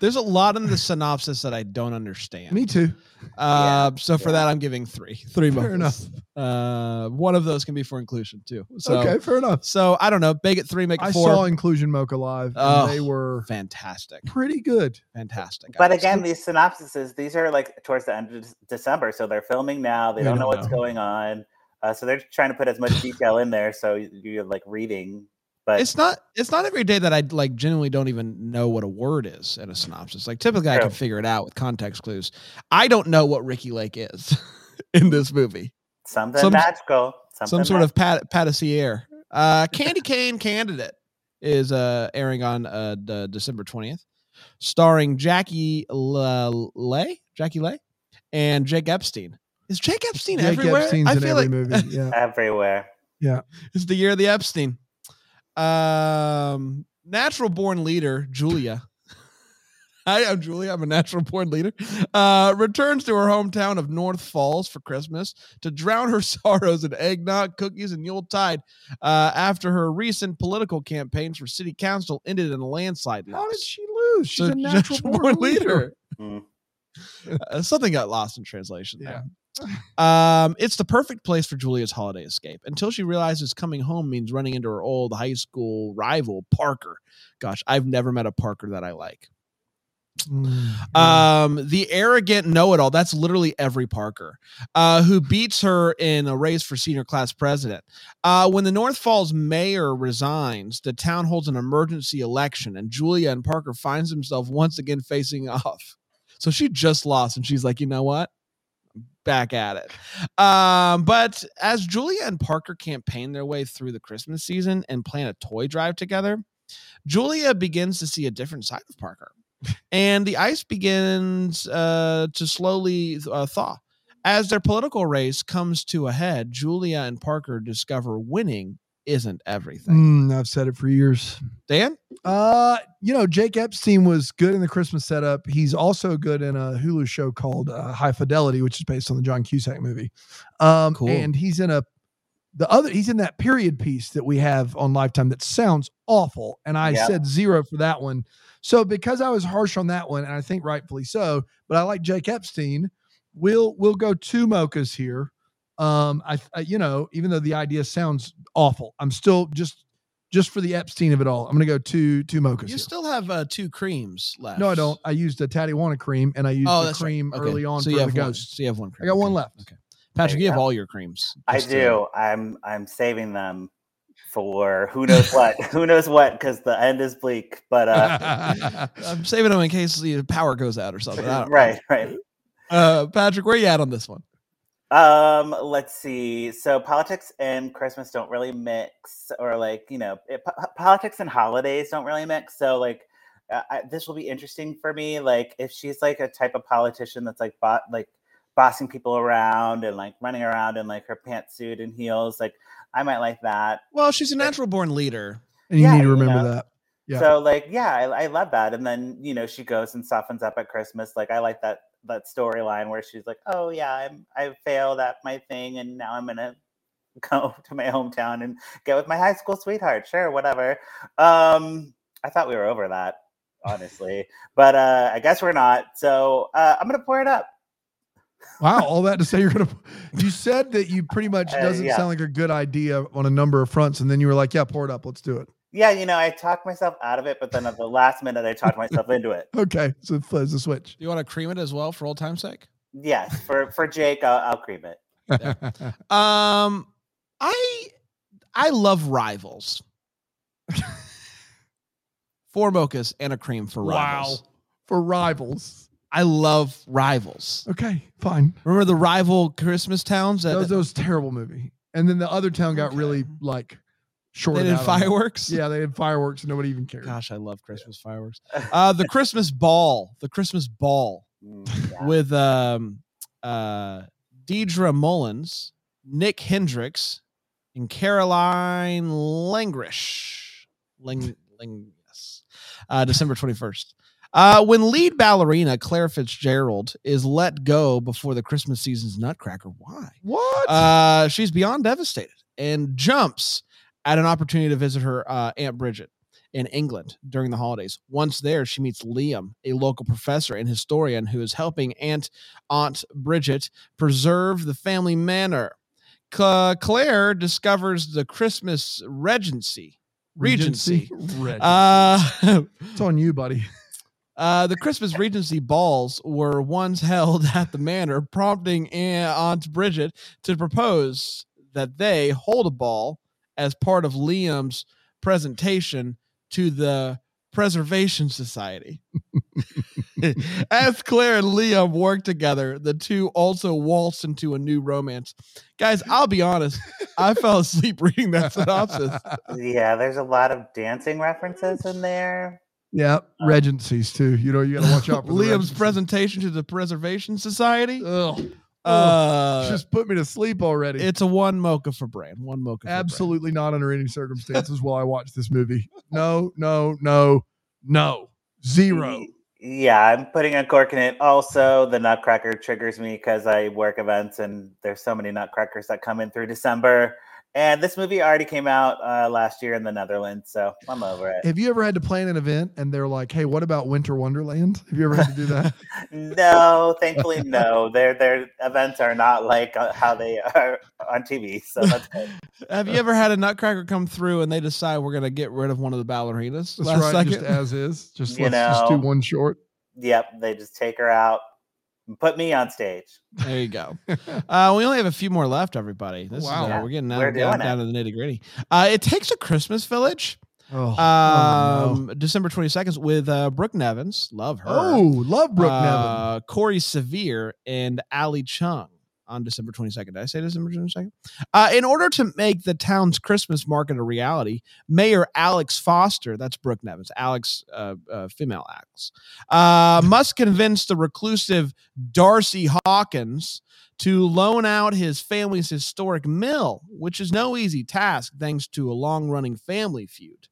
There's a lot in the synopsis that I don't understand. Me too. Uh, so for yeah. that, I'm giving three, three Fair buckets. Uh, one of those can be for inclusion too. So, okay, fair enough. so I don't know. Bake it three, make it I four. saw Inclusion Mocha live. And Oh. They were fantastic, pretty good. fantastic. But I was- again, these synopsises, these are like towards the end of Dec- December, so they're filming now. They We don't don't know what's know. going on, uh, so they're trying to put as much detail in there. So y- you're like reading, but it's not it's not every day that I like genuinely don't even know what a word is in a synopsis. Like typically, I True. can figure it out with context clues. I don't know what Ricky Lake is in this movie. something some- magical, something Some sort of pat- patissier. Uh, Candy Cane Candidate is uh, airing on uh, d- December 20th, starring Jackie La- Lay, Jackie Lay, and Jake Epstein. Is Jake Epstein Jake everywhere? Epstein's I in feel every like movie. Yeah. magic everywhere. it's the year of the Epstein. Um, natural born leader Julia. Hi, I'm Julia. I'm a natural born leader. Uh, returns to her hometown of North Falls for Christmas to drown her sorrows in eggnog, cookies, and Yuletide uh, after her recent political campaigns for city council ended in a landslide How did loss. she lose? She's So a natural born, leader. Mm. Uh, something got lost in translation Yeah. there. Um, it's the perfect place for Julia's holiday escape until she realizes coming home means running into her old high school rival, Parker. Gosh, I've never met a Parker that I like. Mm, Um, the arrogant know it all. That's literally every Parker, uh, who beats her in a race for senior class president. Uh, when the North Falls mayor resigns, the town holds an emergency election, and Julia and Parker finds himself once again facing off. So she just lost, and she's like, you know what? Back at it. Um, but as Julia and Parker campaign their way through the Christmas season and plan a toy drive together, Julia begins to see a different side of Parker and the ice begins uh, to slowly uh, thaw. As their political race comes to a head, Julia and Parker discover winning isn't everything. Mm, I've said it for years. Dan, Uh, you know, Jake Epstein was good in the Christmas setup. He's also good in a Hulu show called uh, High Fidelity, which is based on the John Cusack movie. Um, Cool. and he's in a the other he's in that period piece that we have on Lifetime that sounds awful, and I Yeah. said zero for that one. So because I was harsh on that one, and I think rightfully so, but I like Jake Epstein. We'll we'll go two mochas here. Um, I, I you know even though the idea sounds awful, I'm still just just for the Epstein of it all. I'm gonna go two two mochas. you here. still have uh, two creams left. No, I don't. I used a Tatiwana cream and I used Oh, the that's right. cream Okay. early on so for you the have one, ghosts. So you have one cream. I got one Okay. left. Okay, Patrick, There you, you have go. all your creams. I Just, uh, do. I'm I'm saving them for who knows what, who knows what, because the end is bleak. But uh, I'm saving them in case the power goes out or something. I don't know. right, right. Uh, Patrick, where you at on this one? Um, let's see. So politics and Christmas don't really mix, or like you know, it, po- politics and holidays don't really mix. So like, uh, I, this will be interesting for me. Like, if she's like a type of politician that's like bot like bossing people around and like running around in like her pantsuit and heels, like I might like that. Well, she's a natural born leader. and you Yeah, need to you remember know. that. Yeah. So like, yeah, I, I love that. And then you know, she goes and softens up at Christmas. Like, I like that that storyline where she's like, "Oh yeah, I'm I failed at my thing, and now I'm gonna go to my hometown and get with my high school sweetheart." Sure, whatever. Um, I thought we were over that, honestly, but uh, I guess we're not. So uh, I'm gonna pour it up. Wow, all that to say you're gonna you said that you pretty much Uh, doesn't yeah. sound like a good idea on a number of fronts, and then you were like, Yeah, pour it up, let's do it. Yeah, you know, I talked myself out of it, but then at the last minute, I talked myself into it. Okay, so it flips the switch. Do you want to cream it as well for old time's sake? Yes, for for Jake, I'll, I'll cream it. Um, I I love rivals. Four mochas and a cream for wow. rivals. For rivals. I love rivals. Okay, fine. Remember the rival Christmas towns that, That was, that was a terrible movie. And then the other town got Okay. really like they shorted. did out on that. fireworks? Yeah, they had fireworks and nobody even cared. Gosh, I love Christmas fireworks. Uh, the Christmas ball, the Christmas ball Mm, yeah. with um, uh, Deidre Mullins, Nick Hendricks, and Caroline Langrish. Lang, Lang, yes. Uh, December 21st. Uh, when lead ballerina Claire Fitzgerald is let go before the Christmas season's Nutcracker, why? What? Uh, she's beyond devastated and jumps at an opportunity to visit her uh, Aunt Bridget. in England during the holidays. Once there, she meets Liam, a local professor and historian who is helping Aunt Aunt Bridget preserve the family manor. Cla- Claire discovers the Christmas regency. Regency. Red. Uh, It's on you, buddy. Uh, the Christmas Regency balls were once held at the manor, prompting Aunt Bridget to propose that they hold a ball as part of Liam's presentation to the Preservation Society. as Claire and Liam work together, the two also waltz into a new romance. Guys, I'll be honest, I fell asleep reading that synopsis. yeah, there's a lot of dancing references in there. yeah, regencies too. You know, you got to watch out for the Liam's regencies. presentation to the Preservation Society. Ugh, Uh, just put me to sleep already. It's a one mocha for brand. One mocha. Absolutely not under any circumstances will I watch this movie. No, no, no, no, zero. Y- Yeah, I'm putting a cork in it. Also, the Nutcracker triggers me because I work events and there's so many Nutcrackers that come in through December. And this movie already came out uh, last year in the Netherlands, so I'm over it. Have you ever had to plan an event and they're like, "Hey, what about Winter Wonderland?" Have you ever had to do that? No, thankfully, no. Their their events are not like uh, how they are on TV, so that's good. Have you ever had a nutcracker come through and they decide we're gonna get rid of one of the ballerinas? That's last right, second? just as is. Just You let's just do know. one short. Yep, they just take her out and put me on stage. there you go. Uh, we only have a few more left, everybody. This Wow. is, uh, we're getting down, We're down, doing it. down to the nitty gritty. Uh, it takes a Christmas village. Oh, oh, Um, no. December twenty second with uh, Brooke Nevins. Love her. Oh, love Brooke Nevin. uh, Corey Severe and Ali Chung on December 22nd. Did I say December 22nd? Uh, in order to make the town's Christmas market a reality, Mayor Alex Foster, that's Brooke Nevins, Alex, uh, uh, female Alex, uh, must convince the reclusive Darcy Hawkins to loan out his family's historic mill, which is no easy task thanks to a long running family feud.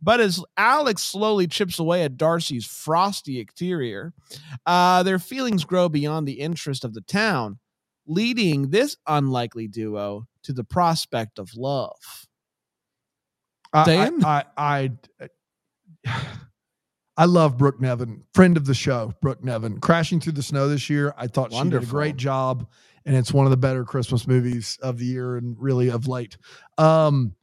But as Alex slowly chips away at Darcy's frosty exterior, uh, their feelings grow beyond the interest of the town, leading this unlikely duo to the prospect of love. I- Uh, Dan? I, I, I, I love Brooke Nevin, friend of the show, Brooke Nevin. Crashing Through the Snow this year. I thought she did a Wonderful. great job, and it's one of the better Christmas movies of the year and really of late. Um,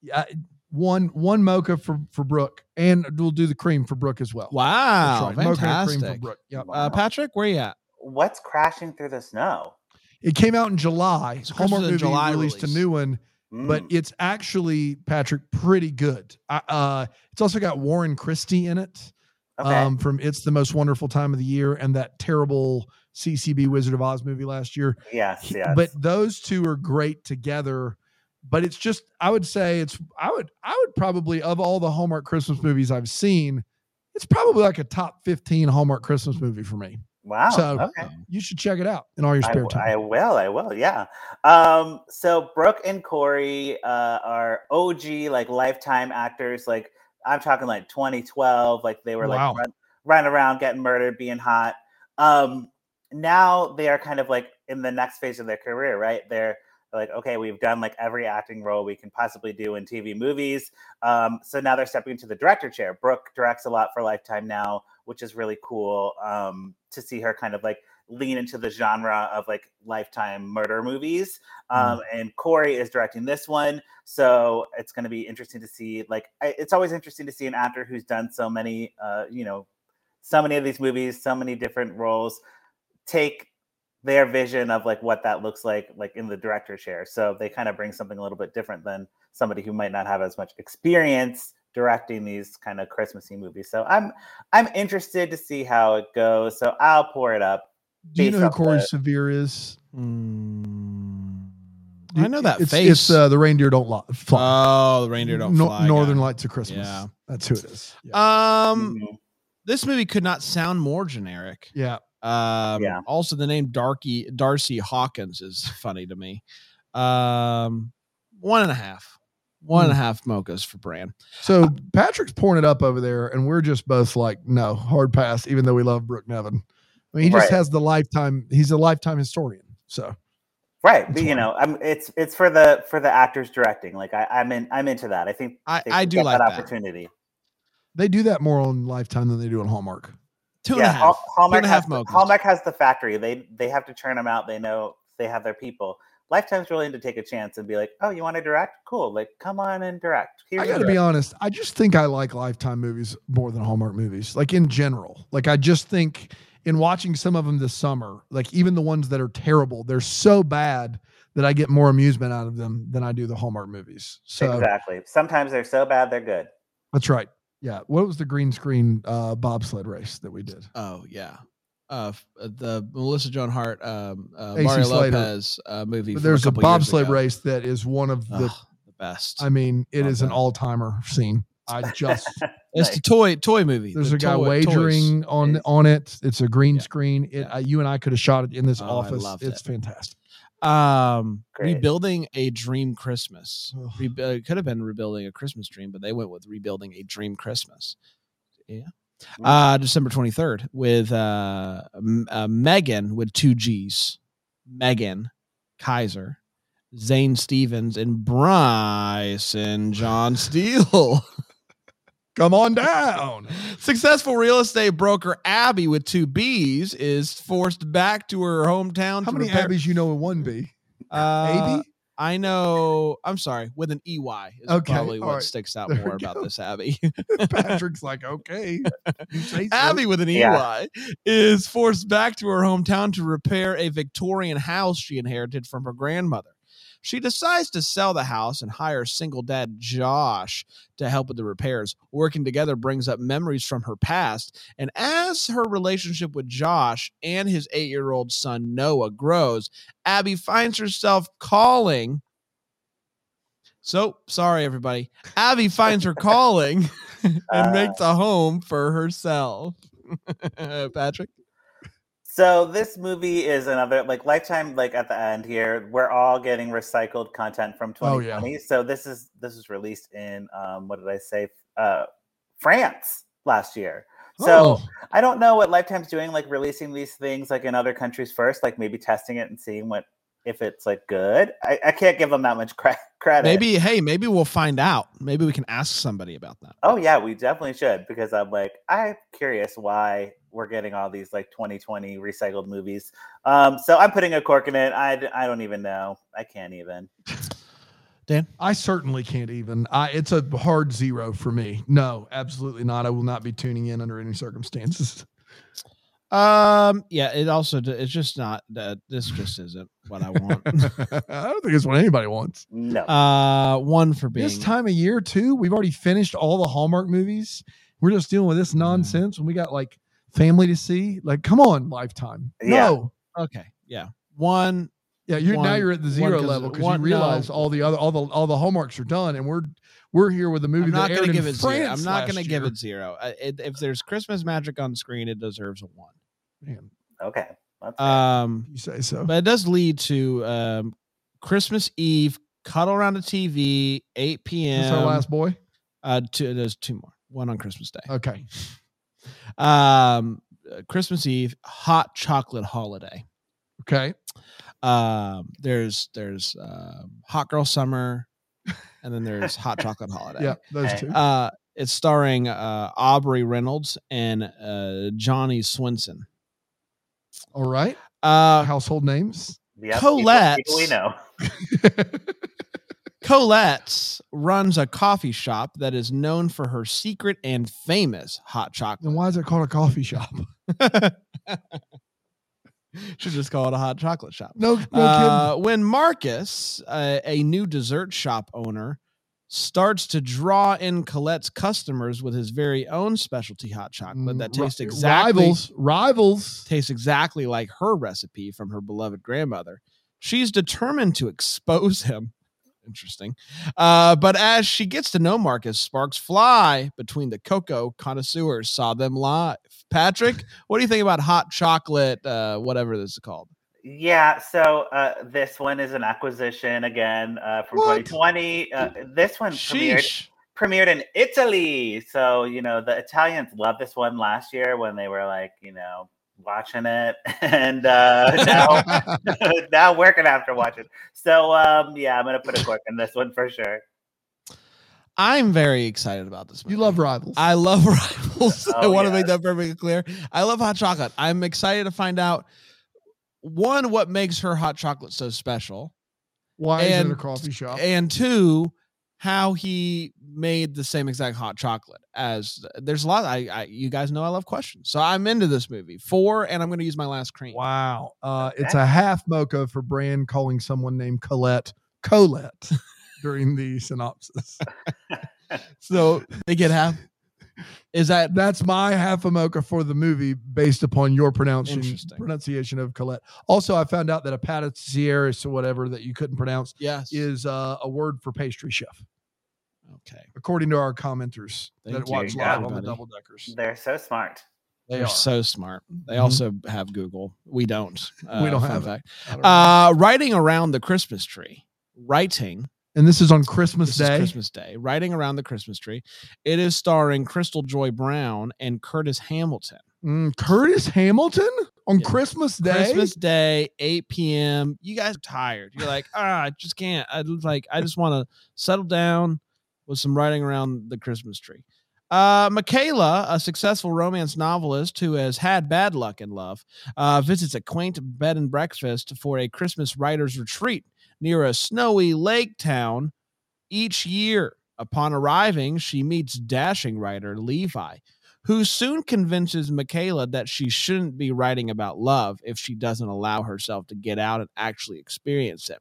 yeah, one one mocha for for Brooke, and we'll do the cream for Brooke as well. That's Wow, right, mocha and cream for fantastic. Brooke. Yep. Uh, Patrick, where you at? What's crashing through the snow? It came out in July. It's a Hallmark Christmas in movie July released release. a new one. but Mm. it's actually Patrick pretty good. I, uh, it's also got Warren Christie in it okay, um, from "It's the Most Wonderful Time of the Year" and that terrible CCB Wizard of Oz movie last year. yes, He- yes. But those two are great together. But it's just, I would say it's, I would, I would probably of all the Hallmark Christmas movies I've seen, it's probably like a top fifteen Hallmark Christmas movie for me. wow. so- okay. You should check it out in all your I, spare w- time. I will. I will. Yeah. Um, so Brooke and Corey uh, are OG, like lifetime actors. Like I'm talking like 2012. Like they were Wow. like run, run around, getting murdered, being hot. Um, now they are kind of like in the next phase of their career, right? They're like, okay, we've done like every acting role we can possibly do in TV movies. Um, so now they're stepping into the director chair. Brooke directs a lot for Lifetime now, which is really cool um, to see her kind of like lean into the genre of like lifetime murder movies. Um, And Corey is directing this one. So it's going to be interesting to see. Like, I, it's always interesting to see an actor who's done so many, uh, you know, so many of these movies, so many different roles take their vision of like what that looks like like in the director chair so they kind of bring something a little bit different than somebody who might not have as much experience directing these kind of christmassy movies so i'm i'm interested to see how it goes so i'll pour it up Do you based know who off Corey the- Severe is? I know that Hmm. it's, face. It's uh, the reindeer don't Lo- fly. oh, the reindeer don't Nor- fly. Northern guy. Lights of Christmas. Yeah. That's who it is. Yeah. Um, Mhm. this movie could not sound more generic. yeah. Um, Yeah. Also, the name Darky Darcy Hawkins is funny to me. Um, one and a half, one Hmm. and a half mochas for Bran. uh, So Patrick's pouring it up over there, and we're just both like, no, hard pass, even though we love Brooke Nevin. I mean, he just Right. has the lifetime, he's a lifetime historian. So right but It's you know i'm it's it's for the for the actors directing like I, i'm in i'm into that i think I, they I should do get like that. opportunity They do that more on Lifetime than they do on Hallmark. Two and a yeah, half. Hall- Hallmark Two and a half has the, Mokos. Hallmark has the factory. They they have to churn them out. They know they have their people. Lifetime's willing to take a chance and be like, "Oh, you want to direct? Cool. Like, come on and direct." Here's I your got to be honest. I just think I like Lifetime movies more than Hallmark movies, like in general. Like I just think in watching some of them this summer, like even the ones that are terrible, they're so bad that I get more amusement out of them than I do the Hallmark movies. So Exactly. Sometimes they're so bad they're good. that's right. Yeah. What was the green screen uh, bobsled race that we did? Oh yeah. Uh, f- uh, the Melissa Joan Hart, um, uh, AC Mario Slater. Lopez uh, movie. But from there's a, couple years bobsled ago. race that is one of the. Ugh, the best. I mean, it Love is an that. all timer scene. I just it's the toy toy movie. There's the a guy toy- toys. wagering on Amazing. on it. It's a green Yeah. screen. It Yeah. uh, you and I could have shot it in this Oh, I office. loved It's it. fantastic. Um, Great. rebuilding a dream Christmas. Ugh. Rebu- it could have been rebuilding a Christmas dream, but they went with rebuilding a dream Christmas. Yeah. Mm. Uh, December 23rd with uh, M- uh Megan with two G's, Megan Kaiser, Zane Stevens, and Bryson John Steele. Come on down. Successful real estate broker Abby with two B's is forced back to her hometown. to How many repair- Abbeys you know in one B? Uh, Abby? I know. I'm sorry. With an EY is Okay, probably all what right. sticks out There we more about go. this Abby. Patrick's like, okay. You say so. Abby with an EY Yeah. is forced back to her hometown to repair a Victorian house she inherited from her grandmother. She decides to sell the house and hire single dad Josh to help with the repairs. Working together brings up memories from her past. And as her relationship with Josh and his eight year old son Noah grows, Abby finds herself calling. So sorry, everybody. Abby finds her calling and Uh, makes a home for herself. Patrick, So this movie is another like lifetime like at the end here we're all getting recycled content from Oh, yeah. 2020. So this is this was released in um what did I say uh France last year. So Oh, I don't know what Lifetime's doing like releasing these things like in other countries first like maybe testing it and seeing what if it's like good. I, I can't give them that much cre- credit. maybe hey, maybe we'll find out. Maybe we can ask somebody about that. Oh yeah, we definitely should because I'm like I'm curious why we're getting all these like 2020 recycled movies. Um, so I'm putting a cork in it. I, d- I don't even know. I can't even. I certainly can't even. I it's a hard zero for me. No, absolutely not. I will not be tuning in under any circumstances. Um, yeah, it also d- it's just not that this just isn't what I want. I don't think it's what anybody wants. No. uh, one for being This time of year too, we've already finished all the Hallmark movies. We're just dealing with this Mm-hmm. nonsense when we got like family to see. Like, come on, Lifetime. Yeah. No, okay, yeah, one yeah, you're now One- you're at the one zero 'cause- level because one- you no. realize all the other all the all the Hallmarks are done, and we're we're here with a movie I'm not that aired gonna in give it zero. France I'm not last gonna give year. it zero. I, it, if there's Christmas magic on screen, it deserves a one. Man, Okay. That's fair. Um, you say so. but it does lead to um, Christmas Eve, cuddle around the TV, 8 p.m. That's our last boy. Uh, two, there's two more. One on Christmas Day. Okay, Uh-huh. Um, uh, Christmas Eve, hot chocolate holiday. okay. Um, there's there's um hot girl summer, and then there's hot chocolate holiday. Yeah, those Hey. two. Uh, it's starring uh, Aubrey Reynolds and uh, Johnny Swinson. all right, Uh, household names. Yep, people- people, we Colette's- know. Colette's runs a coffee shop that is known for her secret and famous hot Then chocolate. why is it called a coffee shop? Should just call it a hot chocolate shop. No, no Uh, when Marcus, uh, a new dessert shop owner, starts to draw in Colette's customers with his very own specialty hot kidding. chocolate that Ri- tastes exactly Mm, rivals. Rivals. tastes exactly like her recipe from her beloved grandmother. She's determined to expose him. Interesting. Uh, but as she gets to know Marcus, sparks fly between the cocoa connoisseurs. Saw them live. Patrick, what do you think about hot chocolate, uh, whatever this is called? Yeah, so uh, this one is an acquisition again uh, from What? 2020. Uh, this one premiered Sheesh. premiered in Italy. So, you know, the Italians loved this one last year when they were like, you know, watching it. And uh, now now working after watching. So um yeah, I'm gonna put a cork in this one for sure. I'm very excited about this movie. You love Rivals. I love Rivals. I Oh, want to yes. make that perfectly clear. I love hot chocolate. I'm excited to find out one, what makes her hot chocolate so special, Why is it and- a coffee shop? and two, how he made the same exact hot chocolate as there's a lot. I, I you guys know I love questions, so I'm into this movie. Four, and I'm going to use my last cream. Wow. Uh, it's a half mocha for Brand calling someone named Colette Colette during the synopsis. So they get half. Is that That's my half a mocha for the movie based upon your pronunciation Interesting. pronunciation of Colette. Also, I found out that a patissiere or whatever that you couldn't pronounce yes? is uh, a word for pastry chef, okay. according to our commenters Thank that you. watch Yeah, live on the buddy. double deckers. They're so smart. They They're are. so smart. They Mhm. also have Google. We don't. Uh, don't fun have it. fact. Mm-hmm. I don't know. Uh, writing around the Christmas tree. Writing and this is on Christmas this is Day. Christmas Day. Writing around the Christmas tree. It is starring Crystal Joy Brown and Curtis Hamilton. Mm, Curtis Hamilton on Yeah. Christmas Day. Christmas Day, 8 p.m. You guys are tired. You're like, ah, I just can't. I look like I just want to settle down with some writing around the Christmas tree. Uh, Michaela, a successful romance novelist who has had bad luck in love, uh, visits a quaint bed and breakfast for a Christmas writer's retreat near a snowy lake town each year. Upon arriving, she meets dashing writer Levi, who soon convinces Michaela that she shouldn't be writing about love if she doesn't allow herself to get out and actually experience it.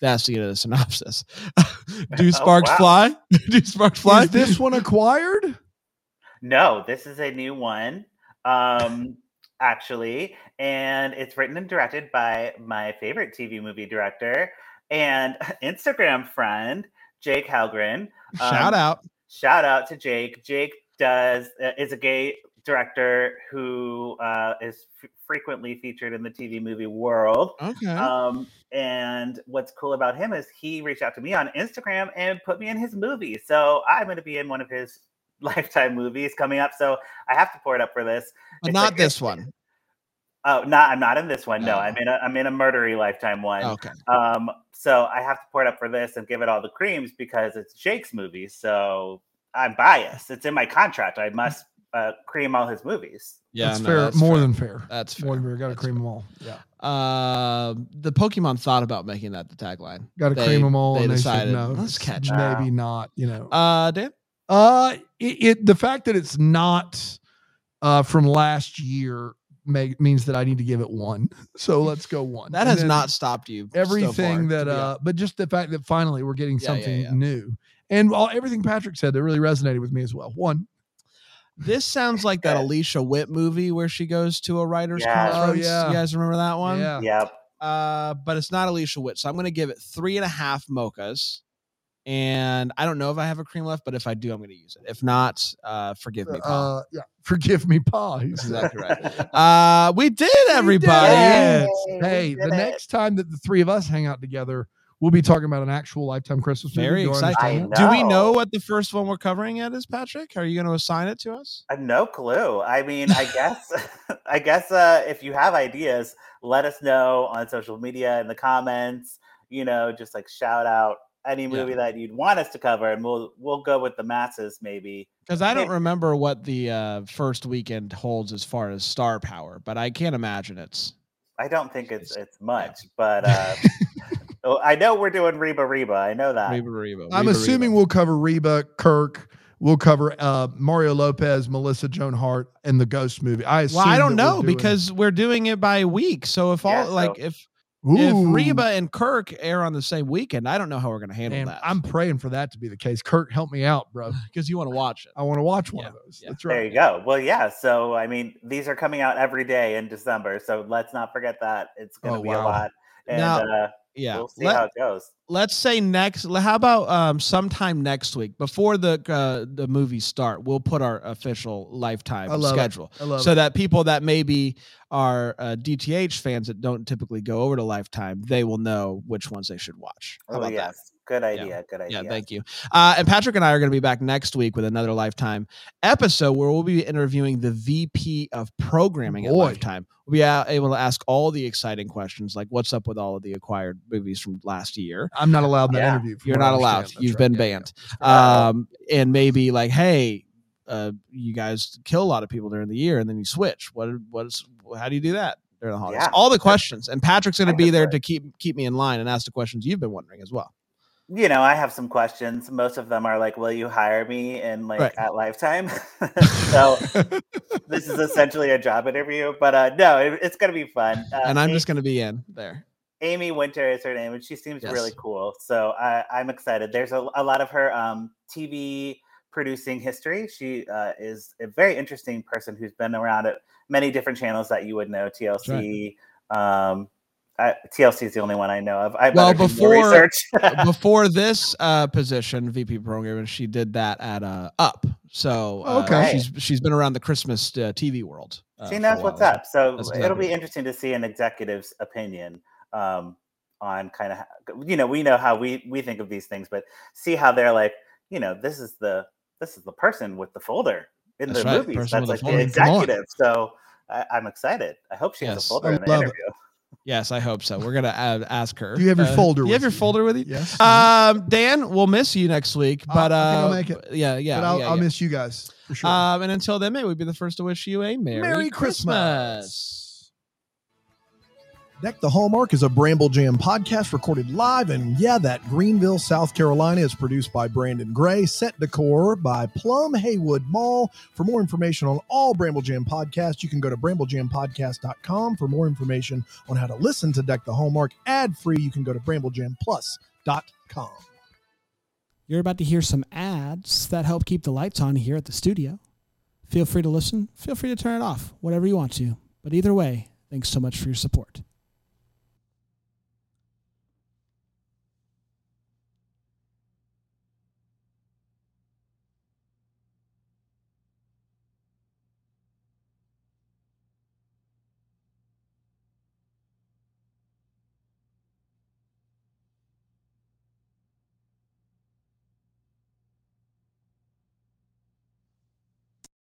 That's the end of the synopsis. Do Oh, sparks wow. fly? Do sparks fly? Is this one acquired? No, this is a new one, um, actually, and it's written and directed by my favorite TV movie director and Instagram friend Jake Halgren. shout Um, out. Shout out to Jake. Jake does uh, is a gay director who uh, is f- frequently featured in the TV movie world. Okay. uh, Um, and what's cool about him is he reached out to me on Instagram and put me in his movie. So I'm going to be in one of his lifetime movies coming up. So I have to pour it up for this. but it's not like- this one. Oh, not I'm not in this one. No, Oh. I'm in a I'm in a murdery lifetime one. Okay. Um, so I have to pour it up for this and give it all the creams because it's Jake's movie. So I'm biased. It's in my contract. I must uh, cream all his movies. Yeah. that's no, fair. that's More fair. than fair. that's fair. More than fair. Got to That's cream them all. Yeah. Uh, the Pokemon thought about making that the tagline. Got to They- cream them all. they and they decided, said, no, "Let's catch it." Maybe not. You know. Uh, Dan. Uh, it, it the fact that it's not uh from last year make, means that I need to give it one. So let's go one. That And has then not stopped you. so far, everything that to be uh, but just the fact that finally we're getting Yeah, yeah, something yeah. new and all everything Patrick said that really resonated with me as well. One. This sounds like that Alicia Witt movie where she goes to a writer's Yeah. Oh, conference. yeah. You guys remember that one? Yeah. Yep. Uh, but it's not Alicia Witt. So I'm going to give it three and a half mochas. And I don't know if I have a cream left, but if I do, I'm going to use it. If not, uh, forgive me. Paul. Uh, yeah. Forgive me, Pa. he That's said. exactly right. Uh, we did, everybody. Yes. Yay, we Hey, the did it. next time that the three of us hang out together, we'll be talking about an actual lifetime Christmas movie. Very Do I exciting. understand I that? Do we know No. what the first one we're covering at is, Patrick? Are you going to assign it to us? I have Uh, no clue. I mean, I guess, I guess uh, if you have ideas, let us know on social media in the comments. You know, just like shout out any movie that you'd want us to cover, and we'll we'll go with the masses maybe. Because I don't Maybe. remember what the uh, first weekend holds as far as star power, but I can't imagine it's. I don't think it's Jeez. it's much, but uh, oh, I know we're doing Reba Reba. I know that. Reba, Reba, I'm Reba, assuming Reba. we'll cover Reba, Kirk. We'll cover uh, Mario Lopez, Melissa Joan Hart, and the Ghost movie. I assume Well, I don't that we're know doing- because we're doing it by week. So if all Yeah, like so- if Ooh. if Reba and Kirk air on the same weekend, I don't know how we're going to handle Man, that. I'm praying for that to be the case. Kirk, help me out, bro. because you want to watch it. I want to watch one Yeah, of those. yeah. That's There right. you go. Well, yeah. So I mean, these are coming out every day in December, so let's not forget that it's going to Oh, be wow. a lot, and Now, uh, Yeah. we'll see Let- how it goes. let's say next le- how about um sometime next week before the uh, the movies start we'll put our official lifetime I love it. schedule I love so it. that people that maybe are uh, dth fans that don't typically go over to lifetime they will know which ones they should watch how Oh about yes, Good idea. Good idea. Yeah, thank you. Uh, and Patrick and I are going to be back next week with another Lifetime episode where we'll be interviewing the VP of Programming at Boy. Lifetime. We'll be a- able to ask all the exciting questions like what's up with all of the acquired movies from last year. I'm not allowed in that Yeah. interview. from You're what I not allowed. understand. That's You've right. been Yeah, yeah. banned. Um, and maybe like, hey, uh, you guys kill a lot of people during the year, and then you switch. What? What's? How do you do that during the holidays? Yeah. All the questions. And Patrick's going to I be guess there so. to keep keep me in line and ask the questions you've been wondering as well. You know, I have some questions. Most of them are like, "Will you hire me?" and like Right. at lifetime. so this is essentially a job interview, but uh, no, it, it's gonna be fun. Uh, and I'm A- just going to be in there. Amy Winter is her name, and she seems really Yes. cool. So I, I'm excited. There's a, a lot of her um, TV producing history. She uh, is a very interesting person who's been around at many different channels that you would know. TLC. Um, I, TLC is the only one I know of. I Well, better do more before- research. Before this uh, position, VP program, and she did that at uh, Up. So uh, Oh, Okay. she's she's been around the Christmas uh, TV world. uh, for she a knows while what's as well. up. So That's it'll exactly- be interesting to see an executive's opinion um, on kind of you know we know how we we think of these things, but see how they're like you know this is the this is the person with the folder in That's the right, movies. person with That's like the the folder. Come on. executive. So I, I'm excited. I hope she has Yes, a folder I in the love it. interview. Yes, I hope so. We're gonna uh, ask her. Do you have your Uh, folder Do you have your with you? folder with you? Yes. Um, Dan, we'll miss you next week, but I think uh, I'll make it. Yeah, yeah, but I'll, yeah, I'll yeah. miss you guys for sure. Um, and until then, may we be the first to wish you a merry, Christmas. Deck the Hallmark is a Bramble Jam podcast recorded live and yeah, that Greenville, South Carolina is produced by Brandon Gray, set decor by Plum Haywood Mall. For more information on all Bramble Jam podcasts, you can go to bramblejamподcast.com. For more information on how to listen to Deck the Hallmark ad-free, you can go to bramblejamplus.com. You're about to hear some ads that help keep the lights on here at the studio. Feel free to listen, feel free to turn it off, whatever you want to. But either way, thanks so much for your support.